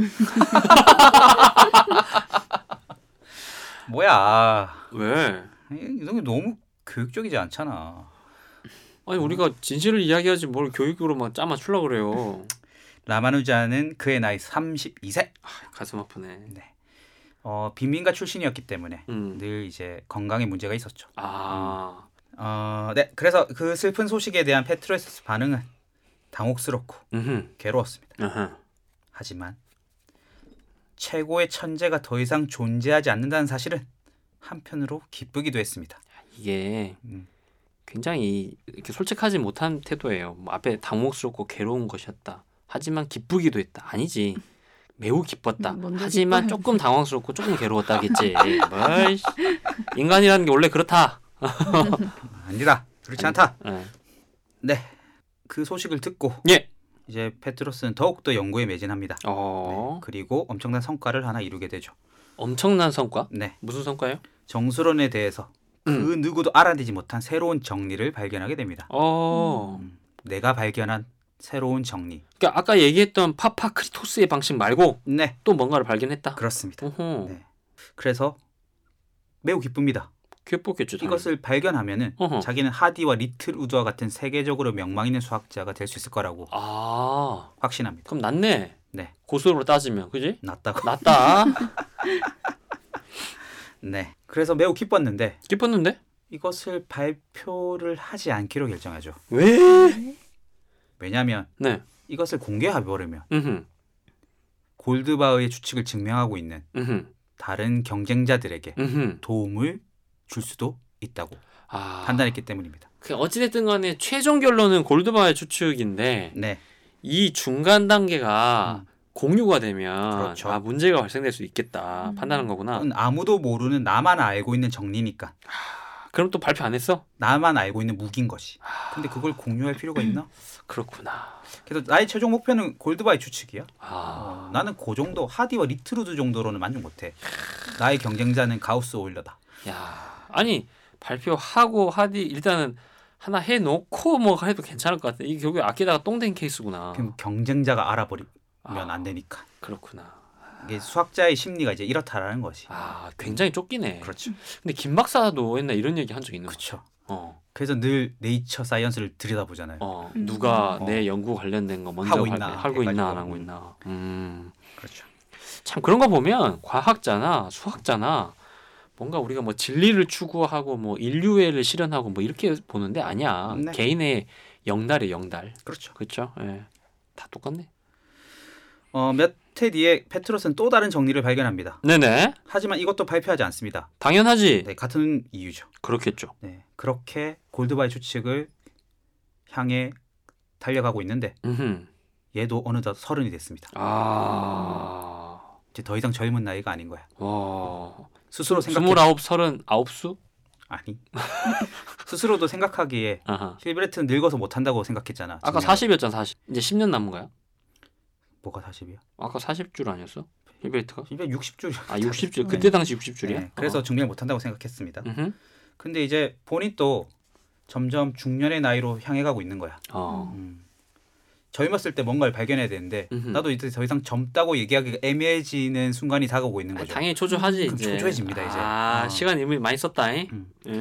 Speaker 3: 뭐야?
Speaker 2: 왜?
Speaker 3: 이 이런 게 너무 교육적이지 않잖아.
Speaker 2: 아니 우리가 진실을 이야기하지 뭘 교육으로만 짜맞 추려 그래요.
Speaker 3: 라마누잔은 그의 나이 32세.
Speaker 2: 아, 가슴 아프네.
Speaker 3: 어, 빈민가 출신이었기 때문에
Speaker 2: 음.
Speaker 3: 늘 이제 건강에 문제가 있었죠.
Speaker 2: 아.
Speaker 3: 어, 네. 그래서 그 슬픈 소식에 대한 페트로스 반응은 당혹스럽고
Speaker 2: 음.
Speaker 3: 괴로웠습니다.
Speaker 2: 아하.
Speaker 3: 하지만 최고의 천재가 더 이상 존재하지 않는다는 사실은 한편으로 기쁘기도 했습니다.
Speaker 2: 이게
Speaker 3: 음.
Speaker 2: 굉장히 이렇게 솔직하지 못한 태도예요. 뭐 앞에 당혹스럽고 괴로운 것이었다. 하지만 기쁘기도 했다. 아니지. 매우 기뻤다.
Speaker 4: 음, 먼저
Speaker 2: 하지만
Speaker 4: 기뻐요.
Speaker 2: 조금 당황스럽고 조금 괴로웠다겠지. 뭘 씨. 인간이라는 게 원래 그렇다.
Speaker 3: 아니다. 그렇지 않다.
Speaker 2: 예.
Speaker 3: 네. 그 소식을 듣고
Speaker 2: 예.
Speaker 3: 이제 페트로스는 더욱더 연구에 매진합니다.
Speaker 2: 어.
Speaker 3: 네. 그리고 엄청난 성과를 하나 이루게 되죠.
Speaker 2: 엄청난 성과.
Speaker 3: 네.
Speaker 2: 무슨 성과예요?
Speaker 3: 정수론에 대해서
Speaker 2: 음.
Speaker 3: 그 누구도 알아내지 못한 새로운 정리를 발견하게 됩니다.
Speaker 2: 어.
Speaker 3: 음, 내가 발견한 새로운 정리.
Speaker 2: 그러니까 아까 얘기했던 파파크리토스의 방식 말고
Speaker 3: 네,
Speaker 2: 또 뭔가를 발견했다.
Speaker 3: 그렇습니다.
Speaker 2: 어허.
Speaker 3: 네. 그래서 매우 기쁩니다.
Speaker 2: 기뻤겠죠. 당연히.
Speaker 3: 이것을 발견하면은
Speaker 2: 어허.
Speaker 3: 자기는 하디와 리틀 우드와 같은 세계적으로 명망 있는 수학자가 될 수 있을 거라고
Speaker 2: 아.
Speaker 3: 확신합니다.
Speaker 2: 그럼 낫네.
Speaker 3: 네.
Speaker 2: 고수로 따지면 그지?
Speaker 3: 낫다고.
Speaker 2: 낫다.
Speaker 3: 네. 그래서 매우 기뻤는데
Speaker 2: 기뻤는데?
Speaker 3: 이것을 발표를 하지 않기로 결정하죠.
Speaker 2: 왜?
Speaker 3: 왜냐하면
Speaker 2: 네.
Speaker 3: 이것을 공개해버리면
Speaker 2: 음.
Speaker 3: 골드바흐의 추측을 증명하고 있는
Speaker 2: 음.
Speaker 3: 다른 경쟁자들에게
Speaker 2: 음.
Speaker 3: 도움을 줄 수도 있다고
Speaker 2: 아.
Speaker 3: 판단했기 때문입니다.
Speaker 2: 그 어찌됐든 간에 최종 결론은 골드바의 추측인데
Speaker 3: 네.
Speaker 2: 이 중간 단계가
Speaker 3: 음.
Speaker 2: 공유가 되면
Speaker 3: 그렇죠.
Speaker 2: 아 문제가 발생될 수 있겠다
Speaker 4: 음.
Speaker 2: 판단한 거구나.
Speaker 3: 그건 아무도 모르는 나만 알고 있는 정리니까
Speaker 2: 그럼 또 발표 안 했어?
Speaker 3: 나만 알고 있는 무기인 것이.
Speaker 2: 아.
Speaker 3: 근데 그걸 공유할 필요가 있나?
Speaker 2: 그렇구나.
Speaker 3: 그래서 나의 최종 목표는 골드바의 추측이야.
Speaker 2: 아,
Speaker 3: 나는 그 정도 하디와 리트루드 정도로는 만족 못해. 나의 경쟁자는 가우스 오일러다.
Speaker 2: 야, 아니 발표하고 하디 일단은 하나 해놓고 뭐 해도 괜찮을 것 같아. 이게 결국에 아끼다가 똥된 케이스구나.
Speaker 3: 그럼 경쟁자가 알아버리면
Speaker 2: 아.
Speaker 3: 안 되니까.
Speaker 2: 그렇구나.
Speaker 3: 이게 수학자의 심리가 이제 이렇다라는 거지.
Speaker 2: 아, 굉장히 쫓기네.
Speaker 3: 그렇죠.
Speaker 2: 근데 김 박사도 옛날 이런 얘기 한 적 있는 거.
Speaker 3: 그렇죠.
Speaker 2: 어,
Speaker 3: 그래서 늘 네이처 사이언스를 들여다보잖아요.
Speaker 2: 어,
Speaker 4: 음.
Speaker 2: 누가
Speaker 3: 어.
Speaker 2: 내 연구 관련된 거 먼저
Speaker 3: 하고
Speaker 2: 발표-
Speaker 3: 있나,
Speaker 2: 하고 있나 안
Speaker 3: 해가지고.
Speaker 2: 하고 있나. 음.
Speaker 3: 그렇죠.
Speaker 2: 참 그런 거 보면 과학자나 수학자나 뭔가 우리가 뭐 진리를 추구하고 뭐 인류애를 실현하고 뭐 이렇게 보는데 아니야
Speaker 3: 네.
Speaker 2: 개인의 영달이 영달
Speaker 3: 그렇죠.
Speaker 2: 그렇죠 예. 다 똑같네
Speaker 3: 어, 몇 해 뒤에 페트로스는 또 다른 정리를 발견합니다.
Speaker 2: 네네
Speaker 3: 하지만 이것도 발표하지 않습니다.
Speaker 2: 당연하지
Speaker 3: 네, 같은 이유죠.
Speaker 2: 그렇겠죠
Speaker 3: 네, 그렇게 골드바의 추측을 향해 달려가고 있는데
Speaker 2: 음흠.
Speaker 3: 얘도 어느덧 서른이 됐습니다.
Speaker 2: 아
Speaker 3: 이제 더 이상 젊은 나이가 아닌 거야.
Speaker 2: 와.
Speaker 3: 스스로 생각해
Speaker 2: 스물아홉 서른 아홉 수
Speaker 3: 아니 스스로도 생각하기에
Speaker 2: 아하.
Speaker 3: 힐베르트는 늙어서 못한다고 생각했잖아.
Speaker 2: 아까
Speaker 3: 증명을.
Speaker 2: 40이었잖아 40 이제 10년 남은 거야
Speaker 3: 뭐가 40이야?
Speaker 2: 아까 40줄 아니었어 힐베이트가
Speaker 3: 힐베 60줄이야. 네.
Speaker 2: 아 60줄 그때 당시 60줄이야
Speaker 3: 그래서 증명을 못한다고 생각했습니다.
Speaker 2: 어. 음흠.
Speaker 3: 근데 이제 본인 또 점점 중년의 나이로 향해가고 있는 거야.
Speaker 2: 어.
Speaker 3: 음. 젊었을 때 뭔가를 발견해야 되는데
Speaker 2: 음흠.
Speaker 3: 나도 이제 더 이상 젊다고 얘기하기가 애매해지는 순간이 다가오고 있는 거죠.
Speaker 2: 아, 당연히 초조하지
Speaker 3: 그럼
Speaker 2: 이제.
Speaker 3: 초조해집니다, 이제.
Speaker 2: 아
Speaker 3: 어.
Speaker 2: 시간 이미 많이 썼다. 잉
Speaker 3: 음.
Speaker 2: 예.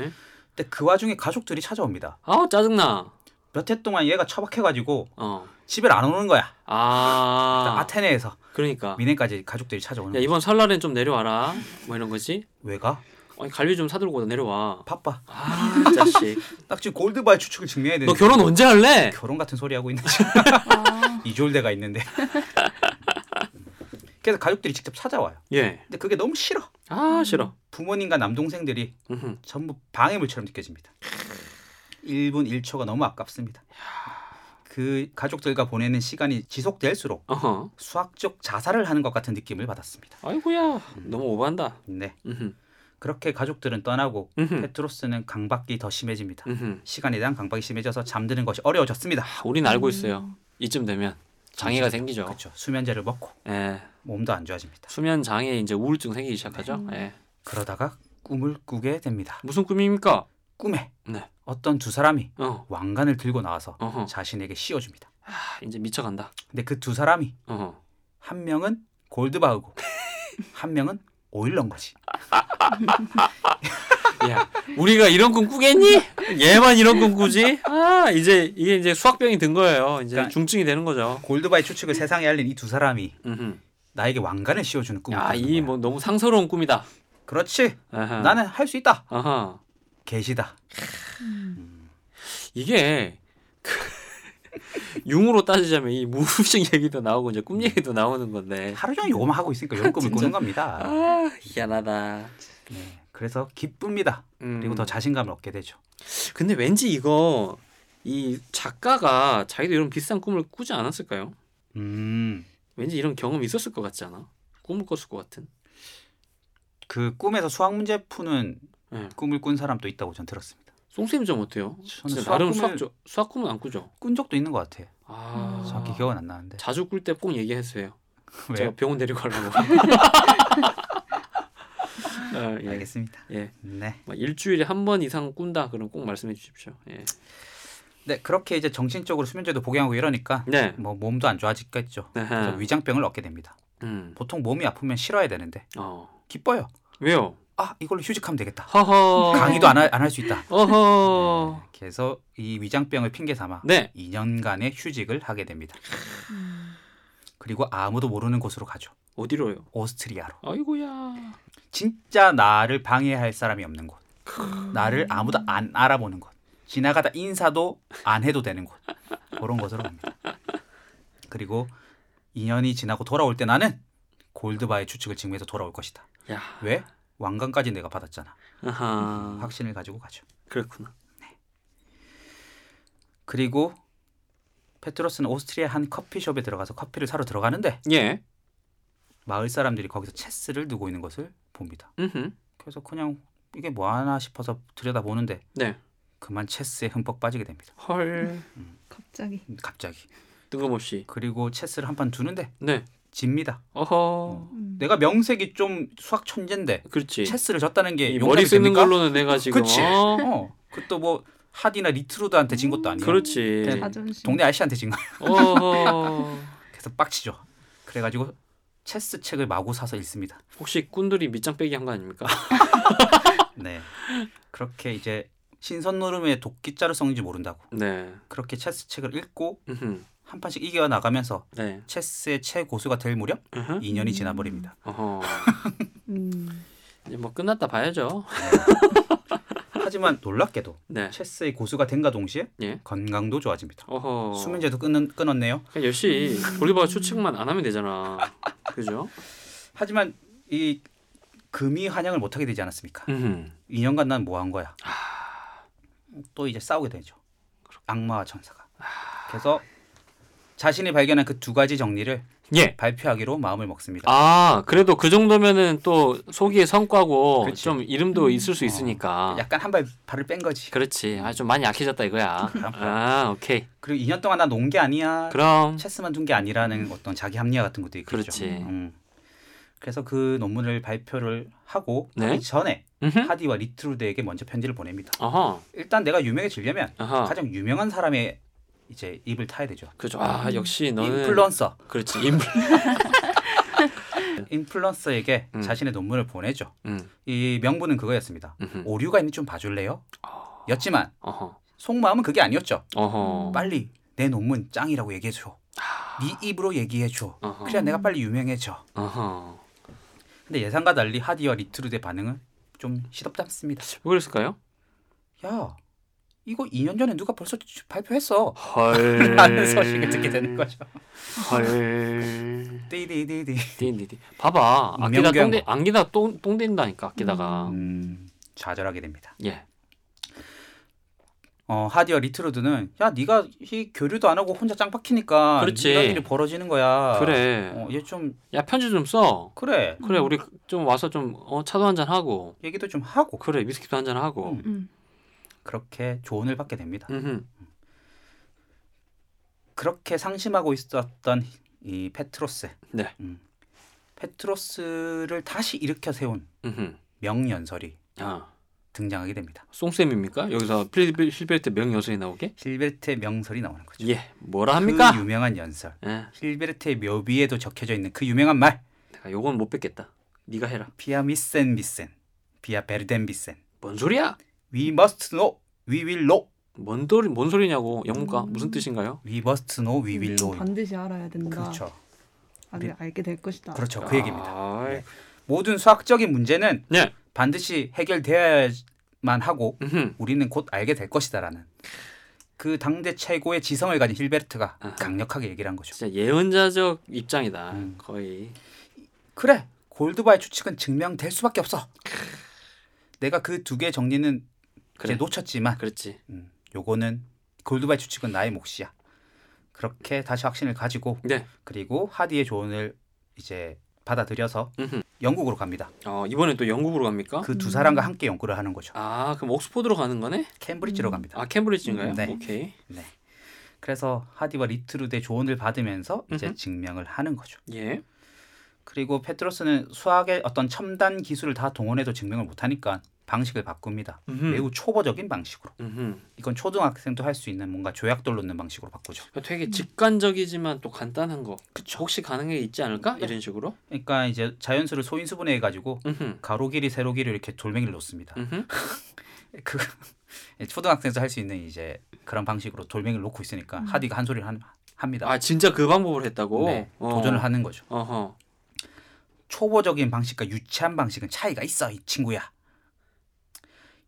Speaker 3: 근데 그 와중에 가족들이 찾아옵니다.
Speaker 2: 아우 짜증나.
Speaker 3: 몇 해 동안 얘가 처박혀가지고
Speaker 2: 어.
Speaker 3: 집에 안 오는 거야.
Speaker 2: 아.
Speaker 3: 아. 테네에서
Speaker 2: 그러니까.
Speaker 3: 미네까지 가족들이 찾아오는
Speaker 2: 야
Speaker 3: 거야.
Speaker 2: 이번 설날엔 좀 내려와라. 뭐 이런 거지.
Speaker 3: 왜 가?
Speaker 2: 아니 갈비 좀 사들고 내려와.
Speaker 3: 바빠.
Speaker 2: 아 자식.
Speaker 3: 딱 지금 골드바의 추측을 증명해야 되는데
Speaker 2: 너 결혼 언제 할래?
Speaker 3: 네. 결혼 같은 소리 하고 있는
Speaker 4: 아,
Speaker 3: 이졸대가 있는데 그래서 가족들이 직접 찾아와요.
Speaker 2: 예.
Speaker 3: 근데 그게 너무 싫어.
Speaker 2: 아 싫어.
Speaker 3: 부모님과 남동생들이
Speaker 2: 음흠.
Speaker 3: 전부 방해물처럼 느껴집니다. 1분 1초가 너무 아깝습니다. 그 가족들과 보내는 시간이 지속될수록
Speaker 2: 어허.
Speaker 3: 수학적 자살을 하는 것 같은 느낌을 받았습니다.
Speaker 2: 아이고야. 너무 오반다.
Speaker 3: 네.
Speaker 2: 음흠.
Speaker 3: 그렇게 가족들은 떠나고
Speaker 2: 음흠.
Speaker 3: 페트로스는 강박이 더 심해집니다.
Speaker 2: 음흠.
Speaker 3: 시간에 대한 강박이 심해져서 잠드는 것이 어려워졌습니다.
Speaker 2: 아, 우린 알고 있어요. 이쯤 되면 장애가 생기죠.
Speaker 3: 음. 그렇죠. 수면제를 먹고
Speaker 2: 예.
Speaker 3: 몸도 안 좋아집니다.
Speaker 2: 수면 장애 이제 우울증 생기기
Speaker 3: 음.
Speaker 2: 시작하죠. 예.
Speaker 3: 그러다가 꿈을 꾸게 됩니다.
Speaker 2: 무슨 꿈입니까?
Speaker 3: 꿈에
Speaker 2: 네.
Speaker 3: 어떤 두 사람이
Speaker 2: 어.
Speaker 3: 왕관을 들고 나와서
Speaker 2: 어허.
Speaker 3: 자신에게 씌워줍니다.
Speaker 2: 아, 이제 미쳐간다.
Speaker 3: 근데 그 두 사람이
Speaker 2: 어허.
Speaker 3: 한 명은 골드바흐고 한 명은 오일런 거지.
Speaker 2: 야, 우리가 이런 꿈 꾸겠니? 얘만 이런 꿈 꾸지? 아, 이제 이게 이제 수학병이 든 거예요. 이제
Speaker 3: 그러니까-
Speaker 2: 중증이 되는 거죠.
Speaker 3: 골드바의 추측을 세상에 알린 이 두 사람이
Speaker 2: 음흠.
Speaker 3: 나에게 왕관을 씌워주는 꿈을
Speaker 2: 야,
Speaker 3: 꾸는
Speaker 2: 이
Speaker 3: 거야.
Speaker 2: 뭐 너무 상서로운 꿈이다.
Speaker 3: 그렇지.
Speaker 2: 아하.
Speaker 3: 나는 할 수 있다.
Speaker 2: 아하.
Speaker 3: 계시다.
Speaker 2: 이게 그 융으로 따지자면 이 무음식 얘기도 나오고 이제 꿈 얘기도 나오는 건데.
Speaker 3: 하루 종일 요것만 하고 있으니까 요런 꿈을 꾸는 겁니다.
Speaker 2: 아, 희한하다.
Speaker 3: 네. 그래서 기쁩니다.
Speaker 2: 음.
Speaker 3: 그리고 더 자신감을 얻게 되죠.
Speaker 2: 근데 왠지 이거 이 작가가 자기도 이런 비싼 꿈을 꾸지 않았을까요?
Speaker 3: 음.
Speaker 2: 왠지 이런 경험이 있었을 것 같지 않아? 꿈을 꿨을 것 같은.
Speaker 3: 그 꿈에서 수학 문제 푸는
Speaker 2: 네.
Speaker 3: 꿈을 꾼 사람도 있다고 전 들었습니다.
Speaker 2: 송쌤이 좀 어때요?
Speaker 3: 저는
Speaker 2: 진짜
Speaker 3: 수학
Speaker 2: 나름
Speaker 3: 꿈을-
Speaker 2: 수학 조, 수학 꿈은 안 꾸죠.
Speaker 3: 꾼 적도 있는 것 같아.
Speaker 2: 아,
Speaker 4: 음.
Speaker 3: 정확히 기억은 안 나는데.
Speaker 2: 자주 꿀 때 꼭 얘기했어요.
Speaker 3: 왜?
Speaker 2: 제가 병원 데리고 가려고. 어, 아, 예.
Speaker 3: 알겠습니다.
Speaker 2: 예.
Speaker 3: 네.
Speaker 2: 막 일주일에 한 번 이상 꾼다 그럼 꼭 말씀해 주십시오. 예.
Speaker 3: 네, 그렇게 이제 정신적으로 수면제도 복용하고 이러니까
Speaker 2: 네.
Speaker 3: 뭐 몸도 안 좋아지겠죠. 그래서
Speaker 2: 아하.
Speaker 3: 위장병을 얻게 됩니다.
Speaker 2: 음.
Speaker 3: 보통 몸이 아프면 싫어야 되는데
Speaker 2: 어.
Speaker 3: 기뻐요.
Speaker 2: 왜요?
Speaker 3: 아, 이걸로 휴직하면 되겠다.
Speaker 2: 허허.
Speaker 3: 강의도 안 할 수 있다.
Speaker 2: 어. 어허.
Speaker 3: 네, 그래서 이 위장병을 핑계 삼아
Speaker 2: 네.
Speaker 3: 2년간의 휴직을 하게 됩니다.
Speaker 4: 음.
Speaker 3: 그리고 아무도 모르는 곳으로 가죠.
Speaker 2: 어디로요?
Speaker 3: 오스트리아로.
Speaker 2: 아이고야.
Speaker 3: 진짜 나를 방해할 사람이 없는 곳. 나를 아무도 안 알아보는 곳. 지나가다 인사도 안 해도 되는 곳. 그런 곳으로 갑니다. 그리고 2년이 지나고 돌아올 때 나는 골드바의 추측을 증명해서 돌아올 것이다.
Speaker 2: 야.
Speaker 3: 왜? 왕관까지 내가 받았잖아.
Speaker 2: 아하.
Speaker 3: 확신을 가지고 가죠.
Speaker 2: 그렇구나.
Speaker 3: 그리고 페트로스는 오스트리아 한 커피숍에 들어가서 커피를 사러 들어가는데
Speaker 2: 예.
Speaker 3: 마을 사람들이 거기서 체스를 두고 있는 것을 봅니다.
Speaker 2: 음.
Speaker 3: 그래서 그냥 이게 뭐 하나 싶어서 들여다보는데
Speaker 2: 네.
Speaker 3: 그만 체스에 흠뻑 빠지게 됩니다.
Speaker 2: 헐.
Speaker 4: 갑자기
Speaker 3: 갑자기.
Speaker 2: 뜬금없이.
Speaker 3: 그리고 체스를 한 판 두는데
Speaker 2: 네.
Speaker 3: 집니다.
Speaker 2: 어허.
Speaker 4: 음.
Speaker 3: 내가 명색이 좀 수학 천재인데
Speaker 2: 그렇지.
Speaker 3: 체스를 졌다는 게
Speaker 2: 이
Speaker 3: 용납이
Speaker 2: 머리 쓰는
Speaker 3: 됩니까?
Speaker 2: 걸로는 내가 지금.
Speaker 3: 그치.
Speaker 2: 어.
Speaker 3: 어. 그것도 뭐 하디나 리트로드한테 진 것도 아니에요.
Speaker 2: 그렇지.
Speaker 3: 그냥
Speaker 4: 자존심
Speaker 3: 동네 아저씨한테 진 거.
Speaker 2: 어허.
Speaker 3: 그래서 빡치죠. 그래가지고 체스 책을 마구 사서 읽습니다.
Speaker 2: 혹시 꾼들이 밑장 빼기 한 거 아닙니까?
Speaker 3: 네. 그렇게 이제 신선놀음의 도끼자루 성인지 모른다고
Speaker 2: 네.
Speaker 3: 그렇게 체스 책을 읽고
Speaker 2: 음흠.
Speaker 3: 한 판씩 이겨 나가면서
Speaker 2: 네.
Speaker 3: 체스의 최고수가 될 무렵
Speaker 2: 으흠.
Speaker 3: 2년이 지나버립니다.
Speaker 2: 어허.
Speaker 4: 음.
Speaker 2: 이제 뭐 끝났다 봐야죠.
Speaker 3: 네. 하지만 놀랍게도
Speaker 2: 네.
Speaker 3: 체스의 고수가 된과 동시에
Speaker 2: 예.
Speaker 3: 건강도 좋아집니다.
Speaker 2: 어허.
Speaker 3: 수면제도 끊은, 끊었네요.
Speaker 2: 그냥 역시 볼리바 추측만 안 하면 되잖아. 그죠?
Speaker 3: 하지만 이 금이 환영을 못하게 되지 않았습니까?
Speaker 2: 음. 아.
Speaker 3: 2년간 난 뭐 한 거야? 또 이제 싸우게 되죠. 악마와 천사가.
Speaker 2: 아.
Speaker 3: 그래서 자신이 발견한 그 두 가지 정리를
Speaker 2: 예.
Speaker 3: 발표하기로 마음을 먹습니다.
Speaker 2: 아 그래도 그 정도면은 또 소기의 성과고
Speaker 3: 그치.
Speaker 2: 좀 이름도 있을 수
Speaker 3: 어.
Speaker 2: 있으니까.
Speaker 3: 약간 한 발 발을 뺀 거지.
Speaker 2: 아. 그렇지. 아 좀 많이 약해졌다 이거야. 아 오케이.
Speaker 3: 그리고 2년 동안 나 논 게 아니야.
Speaker 2: 그럼
Speaker 3: 체스만 둔 게 아니라는 어떤 자기 합리화 같은 것도 있겠죠.
Speaker 2: 음. 그렇지.
Speaker 3: 음. 그래서 그 논문을 발표를 하고
Speaker 2: 네.
Speaker 3: 하기 전에
Speaker 2: 음흠.
Speaker 3: 하디와 리트루드에게 먼저 편지를 보냅니다.
Speaker 2: 어허.
Speaker 3: 일단 내가 유명해지려면
Speaker 2: 어허.
Speaker 3: 가장 유명한 사람의 이제 입을 타야 되죠.
Speaker 2: 그죠. 아 역시 너는
Speaker 3: 음, 인플루언서, 음.
Speaker 2: 그렇지. 인플.
Speaker 3: 인플루언서에게
Speaker 2: 음.
Speaker 3: 자신의 논문을 보내죠.
Speaker 2: 음.
Speaker 3: 이 명분은 그거였습니다.
Speaker 2: 음흠. 아.
Speaker 3: 오류가 있는지 좀 봐줄래요? 였지만
Speaker 2: 어허.
Speaker 3: 속마음은 그게 아니었죠.
Speaker 2: 어허.
Speaker 3: 빨리 내 논문 짱이라고 얘기해줘.
Speaker 2: 아.
Speaker 3: 네 입으로 얘기해줘.
Speaker 2: 어허.
Speaker 3: 그래야 내가 빨리 유명해져.
Speaker 2: 어허.
Speaker 3: 근데 예상과 달리 하디와 리트루드의 반응은 좀 시덥답습니다.
Speaker 2: 왜 그랬을까요?
Speaker 3: 야, 이거 2년 전에 누가 벌써 발표했어.
Speaker 2: 헐.
Speaker 3: 라는 소식을 듣게 되는 거죠.
Speaker 2: 헐.
Speaker 3: 띠디디디.
Speaker 2: 딘디디. 봐봐. 아끼다
Speaker 3: 명쾌한
Speaker 2: 똥대 안기다 똥똥 된다니까 아끼다가.
Speaker 3: 음, 좌절하게 됩니다.
Speaker 2: 예.
Speaker 3: 어, 하디와 리트루드는 야, 네가 이 교류도 안 하고 혼자 짱 박히니까
Speaker 2: 그렇지.
Speaker 3: 이런 일이 벌어지는 거야.
Speaker 2: 그래.
Speaker 3: 어, 음. 얘 좀
Speaker 2: 야 편지 좀 써.
Speaker 3: 그래.
Speaker 2: 그래 우리 좀 와서 좀 어, 차도 한잔 하고.
Speaker 3: 얘기도 좀 하고
Speaker 2: 그래 미스킷도 한잔 하고.
Speaker 3: 음.
Speaker 4: 음.
Speaker 3: 그렇게 조언을 받게 됩니다.
Speaker 2: 음흠.
Speaker 3: 그렇게 상심하고 있었던 이 페트로스.
Speaker 2: 네.
Speaker 3: 음, 페트로스를 다시 일으켜 세운
Speaker 2: 음흠.
Speaker 3: 명연설이
Speaker 2: 아
Speaker 3: 등장하게 됩니다.
Speaker 2: 송쌤입니까? 여기서 필리필 실베르트 명여성이 나오게?
Speaker 3: 실베르트의 명설이 나오는 거죠.
Speaker 2: 예. 뭐라 합니까?
Speaker 3: 그 유명한 연설.
Speaker 2: 예.
Speaker 3: 실베르트의 묘비에도 적혀져 있는 그 유명한 말.
Speaker 2: 내가 요건 못 뵙겠다. 네가 해라.
Speaker 3: 비아 미센 비센. 비아 베르덴 비센.
Speaker 2: 뭔 소리야?
Speaker 3: We must know. We will know.
Speaker 2: 뭔 소리 뭔 소리냐고 영문과
Speaker 4: 음.
Speaker 2: 무슨 뜻인가요?
Speaker 3: We must know. We
Speaker 2: 음.
Speaker 3: will know.
Speaker 4: 반드시 알아야 된다.
Speaker 3: 그렇죠.
Speaker 4: 아, 알게 될 것이다.
Speaker 3: 그렇죠. 그 얘기입니다.
Speaker 2: 아,
Speaker 3: 네. 모든 수학적인 문제는
Speaker 2: 네.
Speaker 3: 반드시 해결되어야만 하고
Speaker 2: 음흠.
Speaker 3: 우리는 곧 알게 될 것이다라는 그 당대 최고의 지성을 가진 힐베르트가
Speaker 2: 아하.
Speaker 3: 강력하게 얘기를 한 거죠.
Speaker 2: 진짜 예언자적 입장이다.
Speaker 3: 음.
Speaker 2: 거의.
Speaker 3: 그래 골드바의 추측은 증명될 수밖에 없어. 내가 그 두 개의 정리는
Speaker 2: 그래.
Speaker 3: 이제 놓쳤지만
Speaker 2: 그렇지.
Speaker 3: 음, 요거는 골드바의 추측은 나의 몫이야. 그렇게 다시 확신을 가지고
Speaker 2: 네.
Speaker 3: 그리고 하디의 조언을 이제 받아들여서
Speaker 2: 음흠.
Speaker 3: 영국으로 갑니다.
Speaker 2: 어, 이번에 또 영국으로 갑니까?
Speaker 3: 그 두
Speaker 4: 음.
Speaker 3: 사람과 함께 연구를 하는 거죠.
Speaker 2: 아, 그럼 옥스포드로 가는 거네?
Speaker 3: 캠브리지로
Speaker 4: 음.
Speaker 3: 갑니다.
Speaker 2: 아, 캠브리지인가요?
Speaker 3: 네.
Speaker 2: 오케이.
Speaker 3: 그래서 하디와 리트루드의 조언을 받으면서 이제
Speaker 2: 음흠.
Speaker 3: 증명을 하는 거죠.
Speaker 2: 예.
Speaker 3: 그리고 페트로스는 수학의 어떤 첨단 기술을 다 동원해도 증명을 못하니까 방식을 바꿉니다.
Speaker 2: 음흠.
Speaker 3: 매우 초보적인 방식으로.
Speaker 2: 음흠.
Speaker 3: 이건 초등학생도 할 수 있는 뭔가 조약돌 놓는 방식으로 바꾸죠.
Speaker 2: 그러니까 되게 직관적이지만 또 간단한 거. 혹시 가능해 있지 않을까?
Speaker 3: 네.
Speaker 2: 이런 식으로.
Speaker 3: 그러니까 이제 자연수를 소인수분해 해가지고
Speaker 2: 음흠.
Speaker 3: 가로 길이 세로 길이 이렇게 돌멩이를 놓습니다.
Speaker 2: 음흠.
Speaker 3: 그 초등학생에서 할 수 있는 이제 그런 방식으로 돌멩이를 놓고 있으니까
Speaker 4: 음.
Speaker 3: 하디가 한 소리를 한- 합니다.
Speaker 2: 아 진짜 그 방법을 했다고.
Speaker 3: 네,
Speaker 2: 어.
Speaker 3: 도전을 하는 거죠.
Speaker 2: 어허.
Speaker 3: 초보적인 방식과 유치한 방식은 차이가 있어 이 친구야.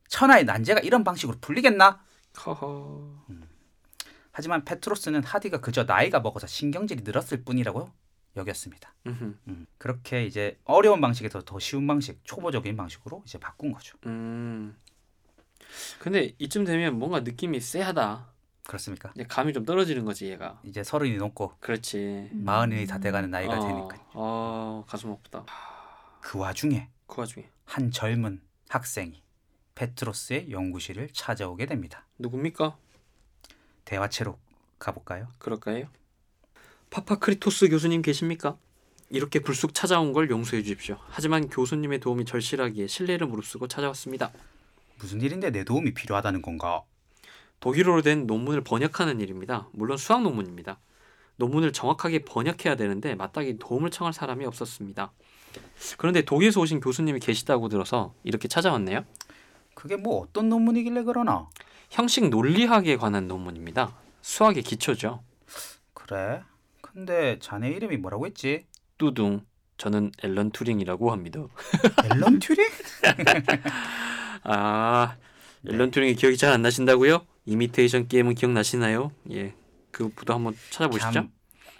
Speaker 3: 천하의 난제가 이런 방식으로 풀리겠나?
Speaker 2: 허허.
Speaker 3: 하지만 페트로스는 하디가 그저 나이가 먹어서 신경질이 늘었을 뿐이라고 여겼습니다.
Speaker 2: 음흠.
Speaker 3: 음, 그렇게 이제 어려운 방식에서 더 쉬운 방식, 초보적인 방식으로 이제 바꾼 거죠.
Speaker 2: 음. 근데 이쯤 되면 뭔가 느낌이 쎄하다.
Speaker 3: 그렇습니까?
Speaker 2: 이제 감이 좀 떨어지는 거지 얘가.
Speaker 3: 이제 서른이 넘고
Speaker 2: 그렇지.
Speaker 4: 음.
Speaker 3: 마흔이 다 돼가는 나이가
Speaker 2: 어,
Speaker 3: 되니까
Speaker 2: 어, 가슴 아프다.
Speaker 3: 그 와중에
Speaker 2: 그 와중에
Speaker 3: 한 젊은 학생이 페트로스의 연구실을 찾아오게 됩니다.
Speaker 2: 누굽니까?
Speaker 3: 대화체로 가볼까요?
Speaker 2: 그럴까요? 파파크리토스 교수님 계십니까? 이렇게 불쑥 찾아온 걸 용서해 주십시오. 하지만 교수님의 도움이 절실하기에 신뢰를 무릅쓰고 찾아왔습니다.
Speaker 3: 무슨 일인데 내 도움이 필요하다는 건가?
Speaker 2: 독일어로 된 논문을 번역하는 일입니다. 물론 수학 논문입니다. 논문을 정확하게 번역해야 되는데 마땅히 도움을 청할 사람이 없었습니다. 그런데 독일에서 오신 교수님이 계시다고 들어서 이렇게 찾아왔네요.
Speaker 3: 그게 뭐 어떤 논문이길래 그러나?
Speaker 2: 형식 논리학에 관한 논문입니다. 수학의 기초죠.
Speaker 3: 그래? 근데 자네 이름이 뭐라고 했지?
Speaker 2: 뚜둥. 저는 앨런 투링이라고 합니다.
Speaker 3: 앨런 튜링?
Speaker 2: 아,
Speaker 3: 네.
Speaker 2: 앨런 투링이 기억이 잘 안 나신다고요? 이미테이션 게임은 기억나시나요? 예. 그부터 한번 찾아보시죠.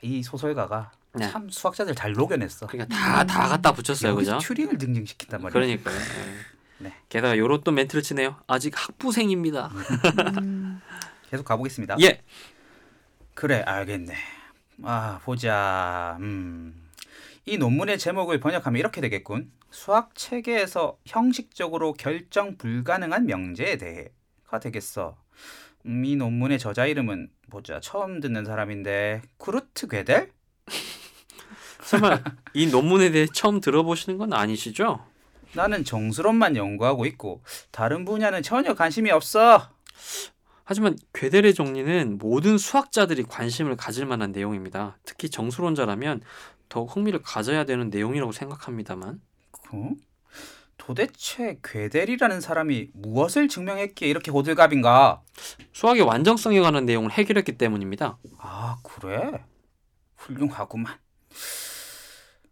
Speaker 3: 참이 소설가가
Speaker 2: 네.
Speaker 3: 참 수학자들 잘 녹여냈어.
Speaker 2: 그러니까 다 다 갖다 붙였어요.
Speaker 3: 여기서
Speaker 2: 그죠?
Speaker 3: 튜링을 등장시킨단 말이야.
Speaker 2: 그러니까요. 예.
Speaker 3: 네.
Speaker 2: 게다가 요런 또 멘트를 치네요. 아직 학부생입니다.
Speaker 4: 음.
Speaker 3: 계속 가보겠습니다.
Speaker 2: 예.
Speaker 3: 그래 알겠네. 아 보자. 음. 이 논문의 제목을 번역하면 이렇게 되겠군. 수학 체계에서 형식적으로 결정 불가능한 명제에 대해가 되겠어. 음, 이 논문의 저자 이름은 보자. 처음 듣는 사람인데 크루트 괴델?
Speaker 2: 설마 이 논문에 대해 처음 들어보시는 건 아니시죠?
Speaker 3: 나는 정수론만 연구하고 있고 다른 분야는 전혀 관심이 없어.
Speaker 2: 하지만 괴델의 정리는 모든 수학자들이 관심을 가질 만한 내용입니다. 특히 정수론자라면 더욱 흥미를 가져야 되는 내용이라고 생각합니다만.
Speaker 3: 그? 도대체 괴델이라는 사람이 무엇을 증명했기에 이렇게 호들갑인가?
Speaker 2: 수학의 완전성에 관한 내용을 해결했기 때문입니다.
Speaker 3: 아, 그래? 훌륭하구만.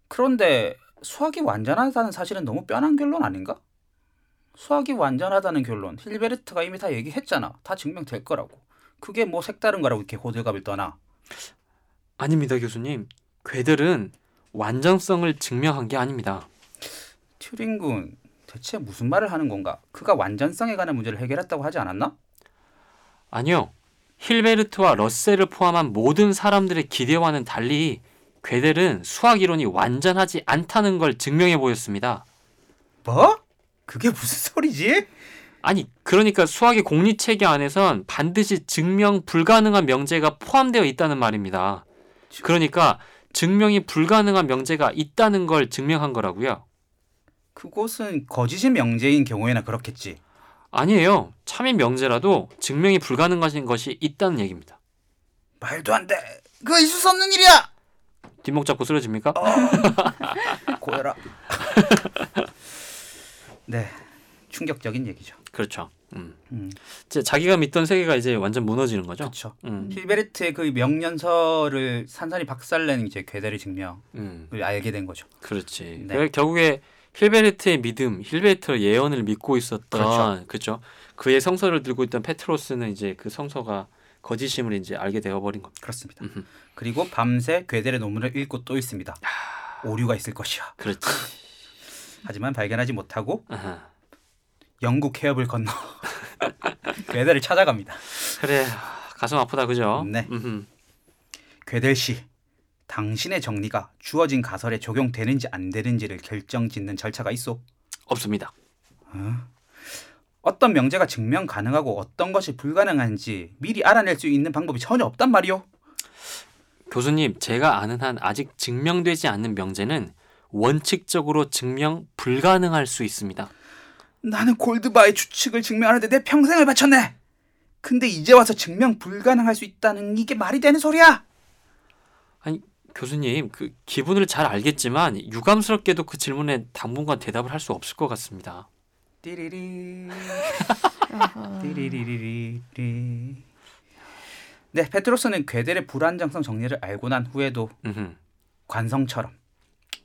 Speaker 3: 그런데 수학이 완전하다는 사실은 너무 뻔한 결론 아닌가? 수학이 완전하다는 결론, 힐베르트가 이미 다 얘기했잖아. 다 증명될 거라고. 그게 뭐 색다른 거라고 이렇게 호들갑을 떠나.
Speaker 2: 아닙니다, 교수님. 괴델은 완전성을 증명한 게 아닙니다.
Speaker 3: 튜링군, 대체 무슨 말을 하는 건가? 그가 완전성에 관한 문제를 해결했다고 하지 않았나?
Speaker 2: 아니요. 힐베르트와 러셀을 포함한 모든 사람들의 기대와는 달리 괴델은 수학 이론이 완전하지 않다는 걸 증명해 보였습니다.
Speaker 3: 뭐? 그게 무슨 소리지?
Speaker 2: 아니, 그러니까 수학의 공리 체계 안에선 반드시 증명 불가능한 명제가 포함되어 있다는 말입니다. 그러니까 증명이 불가능한 명제가 있다는 걸 증명한 거라고요.
Speaker 3: 그곳은 거짓이 명제인 경우에나 그렇겠지.
Speaker 2: 아니에요. 참인 명제라도 증명이 불가능하신 것이 있다는 얘기입니다.
Speaker 3: 말도 안 돼. 그거 있을 수 없는 일이야.
Speaker 2: 뒷목 잡고 쓰러집니까?
Speaker 3: 어. 고혈압. 네, 충격적인 얘기죠.
Speaker 2: 그렇죠. 음.
Speaker 3: 음,
Speaker 2: 이제 자기가 믿던 세계가 이제 완전 무너지는 거죠.
Speaker 3: 그렇죠.
Speaker 2: 음.
Speaker 3: 힐베르트의 그 명년서를 산산히 박살낸 이제 괴델의 증명을
Speaker 2: 음.
Speaker 3: 알게 된 거죠.
Speaker 2: 그렇지.
Speaker 3: 네.
Speaker 2: 그래, 결국에 힐베르트의 믿음, 힐베르트의 예언을 믿고 있었던
Speaker 3: 그렇죠.
Speaker 2: 그렇죠. 그의 성서를 들고 있던 페트로스는 이제 그 성서가 거짓임을 이제 알게 되어 버린 겁니다.
Speaker 3: 그렇습니다.
Speaker 2: 음흠.
Speaker 3: 그리고 밤새 괴델의 논문을 읽고 또 읽습니다. 오류가 있을 것이야.
Speaker 2: 그렇지.
Speaker 3: 하지만 발견하지 못하고
Speaker 2: 아하.
Speaker 3: 영국 해협을 건너 괴델을 찾아갑니다.
Speaker 2: 그래. 아, 가슴 아프다 그죠?
Speaker 3: 네.
Speaker 2: 음흠.
Speaker 3: 괴델 씨, 당신의 정리가 주어진 가설에 적용되는지 안 되는지를 결정짓는 절차가 있어.
Speaker 2: 없습니다.
Speaker 3: 어떤 명제가 증명 가능하고 어떤 것이 불가능한지 미리 알아낼 수 있는 방법이 전혀 없단 말이오.
Speaker 2: 교수님, 제가 아는 한 아직 증명되지 않는 명제는 원칙적으로 증명 불가능할 수 있습니다.
Speaker 3: 나는 골드바의 추측을 증명하는데 내 평생을 바쳤네. 근데 이제 와서 증명 불가능할 수 있다는 이게 말이 되는 소리야?
Speaker 2: 교수님, 그 기분을 잘 알겠지만 유감스럽게도 그 질문에 당분간 대답을 할 수 없을 것 같습니다.
Speaker 3: 띠리리
Speaker 4: 아하.
Speaker 3: 띠리리리리리. 네, 페트로스는 괴델의 불안정성 정리를 알고 난 후에도
Speaker 2: 음,
Speaker 3: 관성처럼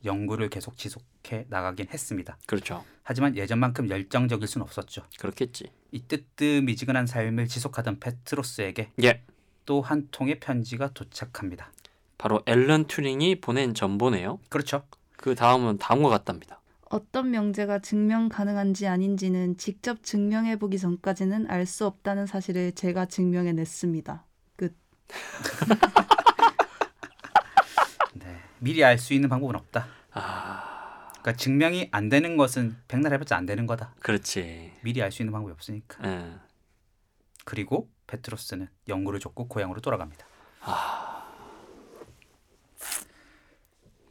Speaker 3: 연구를 계속 지속해 나가긴 했습니다.
Speaker 2: 그렇죠.
Speaker 3: 하지만 예전만큼 열정적일 순 없었죠.
Speaker 2: 그렇겠지.
Speaker 3: 이 뜨뜨미지근한 삶을 지속하던 페트로스에게
Speaker 2: 예,
Speaker 3: 또 한 통의 편지가 도착합니다.
Speaker 2: 바로 앨런 튜링이 보낸 전보네요.
Speaker 3: 그렇죠.
Speaker 2: 그 다음은 다음과 같답니다.
Speaker 4: 어떤 명제가 증명 가능한지 아닌지는 직접 증명해 보기 전까지는 알 수 없다는 사실을 제가 증명해 냈습니다.
Speaker 3: 네. 미리 알 수 있는 방법은 없다.
Speaker 2: 아,
Speaker 3: 그러니까 증명이 안 되는 것은 백날 해봤자 안 되는 거다.
Speaker 2: 그렇지.
Speaker 3: 미리 알 수 있는 방법이 없으니까.
Speaker 2: 예.
Speaker 3: 그리고 페트로스는 연구를 줬고 고향으로 돌아갑니다.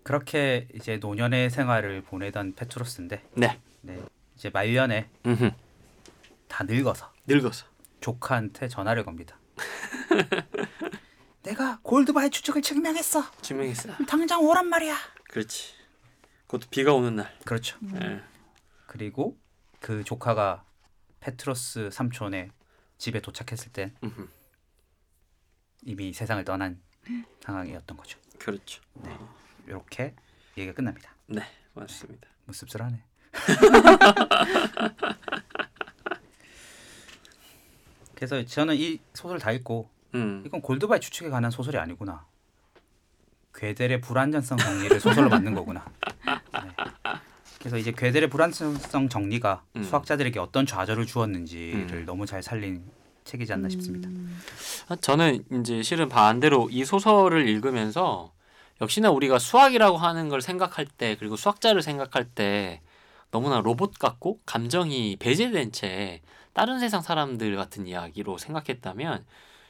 Speaker 3: 그렇게 이제 노년의 생활을 보내던 페트로스인데
Speaker 2: 네.
Speaker 3: 네. 이제 말년에
Speaker 2: 음흠.
Speaker 3: 다 늙어서
Speaker 2: 늙어서.
Speaker 3: 조카한테 전화를 겁니다. 내가 골드바의 추적을 증명했어.
Speaker 2: 증명했어.
Speaker 3: 당장 오란 말이야.
Speaker 2: 그렇지. 그것도 비가 오는 날.
Speaker 3: 그렇죠.
Speaker 2: 예.
Speaker 3: 그리고 그 조카가 페트로스 삼촌의 집에 도착했을 땐
Speaker 2: 음흠.
Speaker 3: 이미 세상을 떠난 상황이었던 거죠.
Speaker 2: 그렇죠.
Speaker 3: 이렇게 얘기가 끝납니다.
Speaker 2: 네, 맞습니다.
Speaker 3: 뭐 씁쓸하네. 그래서 저는 이 소설 다 읽고
Speaker 2: 음,
Speaker 3: 이건 골드바이 추측에 관한 소설이 아니구나. 괴델의 불안전성 정리를 소설로 만든 거구나. 네. 그래서 이제 괴델의 불안전성 정리가
Speaker 2: 음.
Speaker 3: 수학자들에게 어떤 좌절을 주었는지를
Speaker 2: 음.
Speaker 3: 너무 잘 살린 책이지 않나 싶습니다.
Speaker 4: 음,
Speaker 2: 아, 저는 이제 실은 반대로 이 소설을 읽으면서 역시나 우리가 수학이라고 하는 걸 생각할 때 그리고 수학자를 생각할 때 너무나 로봇 같고 감정이 배제된 채 다른 세상 사람들 같은 이야기로 생각했다면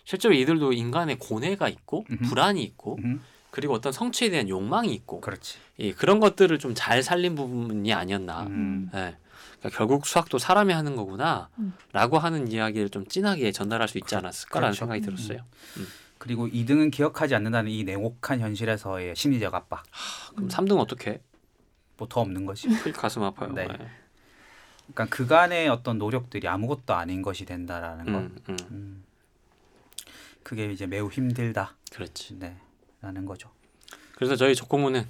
Speaker 2: 실제로 이들도 인간의 고뇌가 있고
Speaker 3: 음흠.
Speaker 2: 불안이 있고
Speaker 3: 음,
Speaker 2: 그리고 어떤 성취에 대한 욕망이 있고
Speaker 3: 그렇지.
Speaker 2: 예, 그런 것들을 좀 잘 살린 부분이 아니었나
Speaker 3: 음.
Speaker 2: 예. 그러니까 결국 수학도 사람이 하는
Speaker 4: 음.
Speaker 2: 거구나라고 하는 이야기를 좀 진하게 전달할 수 있지 않았을까라는
Speaker 3: 그렇죠.
Speaker 2: 생각이 들었어요.
Speaker 3: 그리고 2등은 기억하지 않는다는 이 냉혹한 현실에서의 심리적 압박.
Speaker 2: 그럼 3등 어떻게?
Speaker 3: 뭐 더 없는 거지.
Speaker 2: 가슴 아파요.
Speaker 3: 네.
Speaker 2: 예.
Speaker 3: 그러니까 그간의 어떤 노력들이 아무것도 아닌 것이 된다라는 거.
Speaker 2: 음, 음.
Speaker 3: 음. 그게 이제 매우 힘들다.
Speaker 2: 그렇지.
Speaker 3: 네. 라는 거죠.
Speaker 2: 그래서 저희 조공무는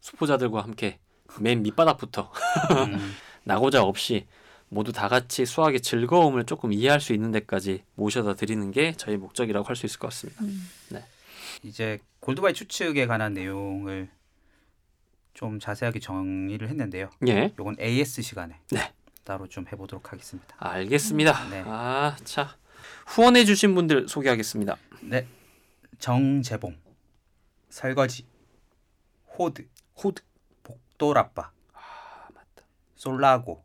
Speaker 2: 수포자들과 함께 맨 밑바닥부터
Speaker 3: 음.
Speaker 2: 나고자 없이 모두 다 같이 수학의 즐거움을 조금 이해할 수 있는 데까지 모셔다 드리는 게 저희 목적이라고 할 수 있을 것 같습니다.
Speaker 4: 음.
Speaker 3: 이제 골드바이 추측에 관한 내용을 좀 자세하게 정리를 했는데요.
Speaker 2: 예.
Speaker 3: 요건 AS 시간에
Speaker 2: 네.
Speaker 3: 따로 좀 해보도록 하겠습니다.
Speaker 2: 알겠습니다.
Speaker 3: 네.
Speaker 2: 아, 자. 후원해 주신 분들 소개하겠습니다.
Speaker 3: 네. 정재봉, 설거지, 호드,
Speaker 2: 호드.
Speaker 3: 복도라빠,
Speaker 2: 아, 맞다.
Speaker 3: 솔라고,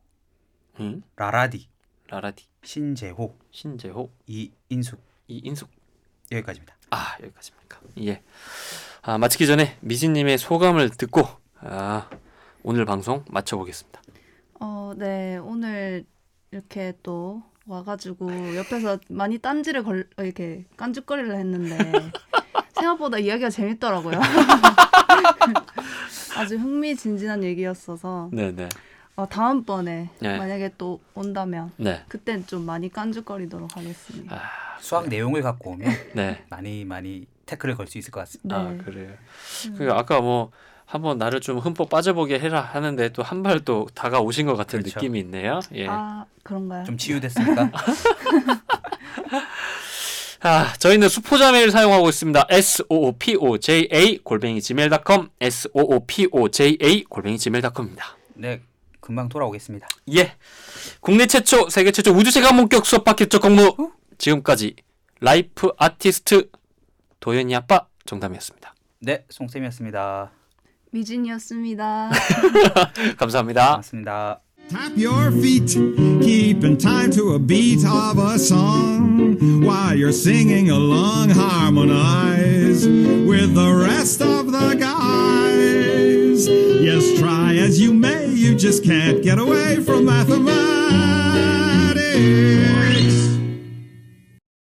Speaker 2: 응?
Speaker 3: 라라디,
Speaker 2: 라라디,
Speaker 3: 신재호,
Speaker 2: 신재호,
Speaker 3: 이인숙
Speaker 2: 이인숙.
Speaker 3: 여기까지입니다.
Speaker 2: 아 여기까지입니까? 예. 아 마치기 전에 미진님의 소감을 듣고 아 오늘 방송 마쳐보겠습니다.
Speaker 4: 어, 네 오늘 이렇게 또 와가지고 옆에서 많이 딴지를 걸 이렇게 깐죽거리려 했는데 생각보다 이야기가 재밌더라고요. 아주 흥미진진한 얘기였어서
Speaker 2: 네네.
Speaker 4: 어, 다음번에
Speaker 2: 네.
Speaker 4: 만약에 또 온다면
Speaker 2: 네.
Speaker 4: 그땐 좀 많이 깐죽거리도록 하겠습니다.
Speaker 2: 아
Speaker 3: 수학 내용을 갖고 오면
Speaker 2: 네.
Speaker 3: 많이 많이 태클을 걸 수 있을 것 같습니다.
Speaker 4: 네.
Speaker 2: 아 그래요. 그 아까 뭐 한번 나를 좀 흠뻑 빠져보게 해라 하는데 또 한 발 또 다가오신 것 같은
Speaker 3: 그렇죠.
Speaker 2: 느낌이 있네요. 예. 아.
Speaker 4: 아 그런가요?
Speaker 3: 좀 치유됐습니까?
Speaker 2: 저희는 수포자 메일 사용하고 있습니다. s o o p o j a 골뱅이 gmail.com s o o p o j a 골뱅이 gmail.com입니다.
Speaker 3: 네, 금방 돌아오겠습니다.
Speaker 2: 예. 국내 최초, 세계 최초 우주세관 목격 수업 박격적 공무. 지금까지 라이프 아티스트 도현이 아빠 정담이었습니다.
Speaker 3: 네, 송쌤이었습니다.
Speaker 4: 미진이었습니다.
Speaker 2: 감사합니다.
Speaker 3: 고맙습니다.
Speaker 5: Tap your feet, keeping time to a beat of a song while you're singing along. Harmonize with the rest of the guys. Yes, Yes, try as you may, you just can't get away from mathematics.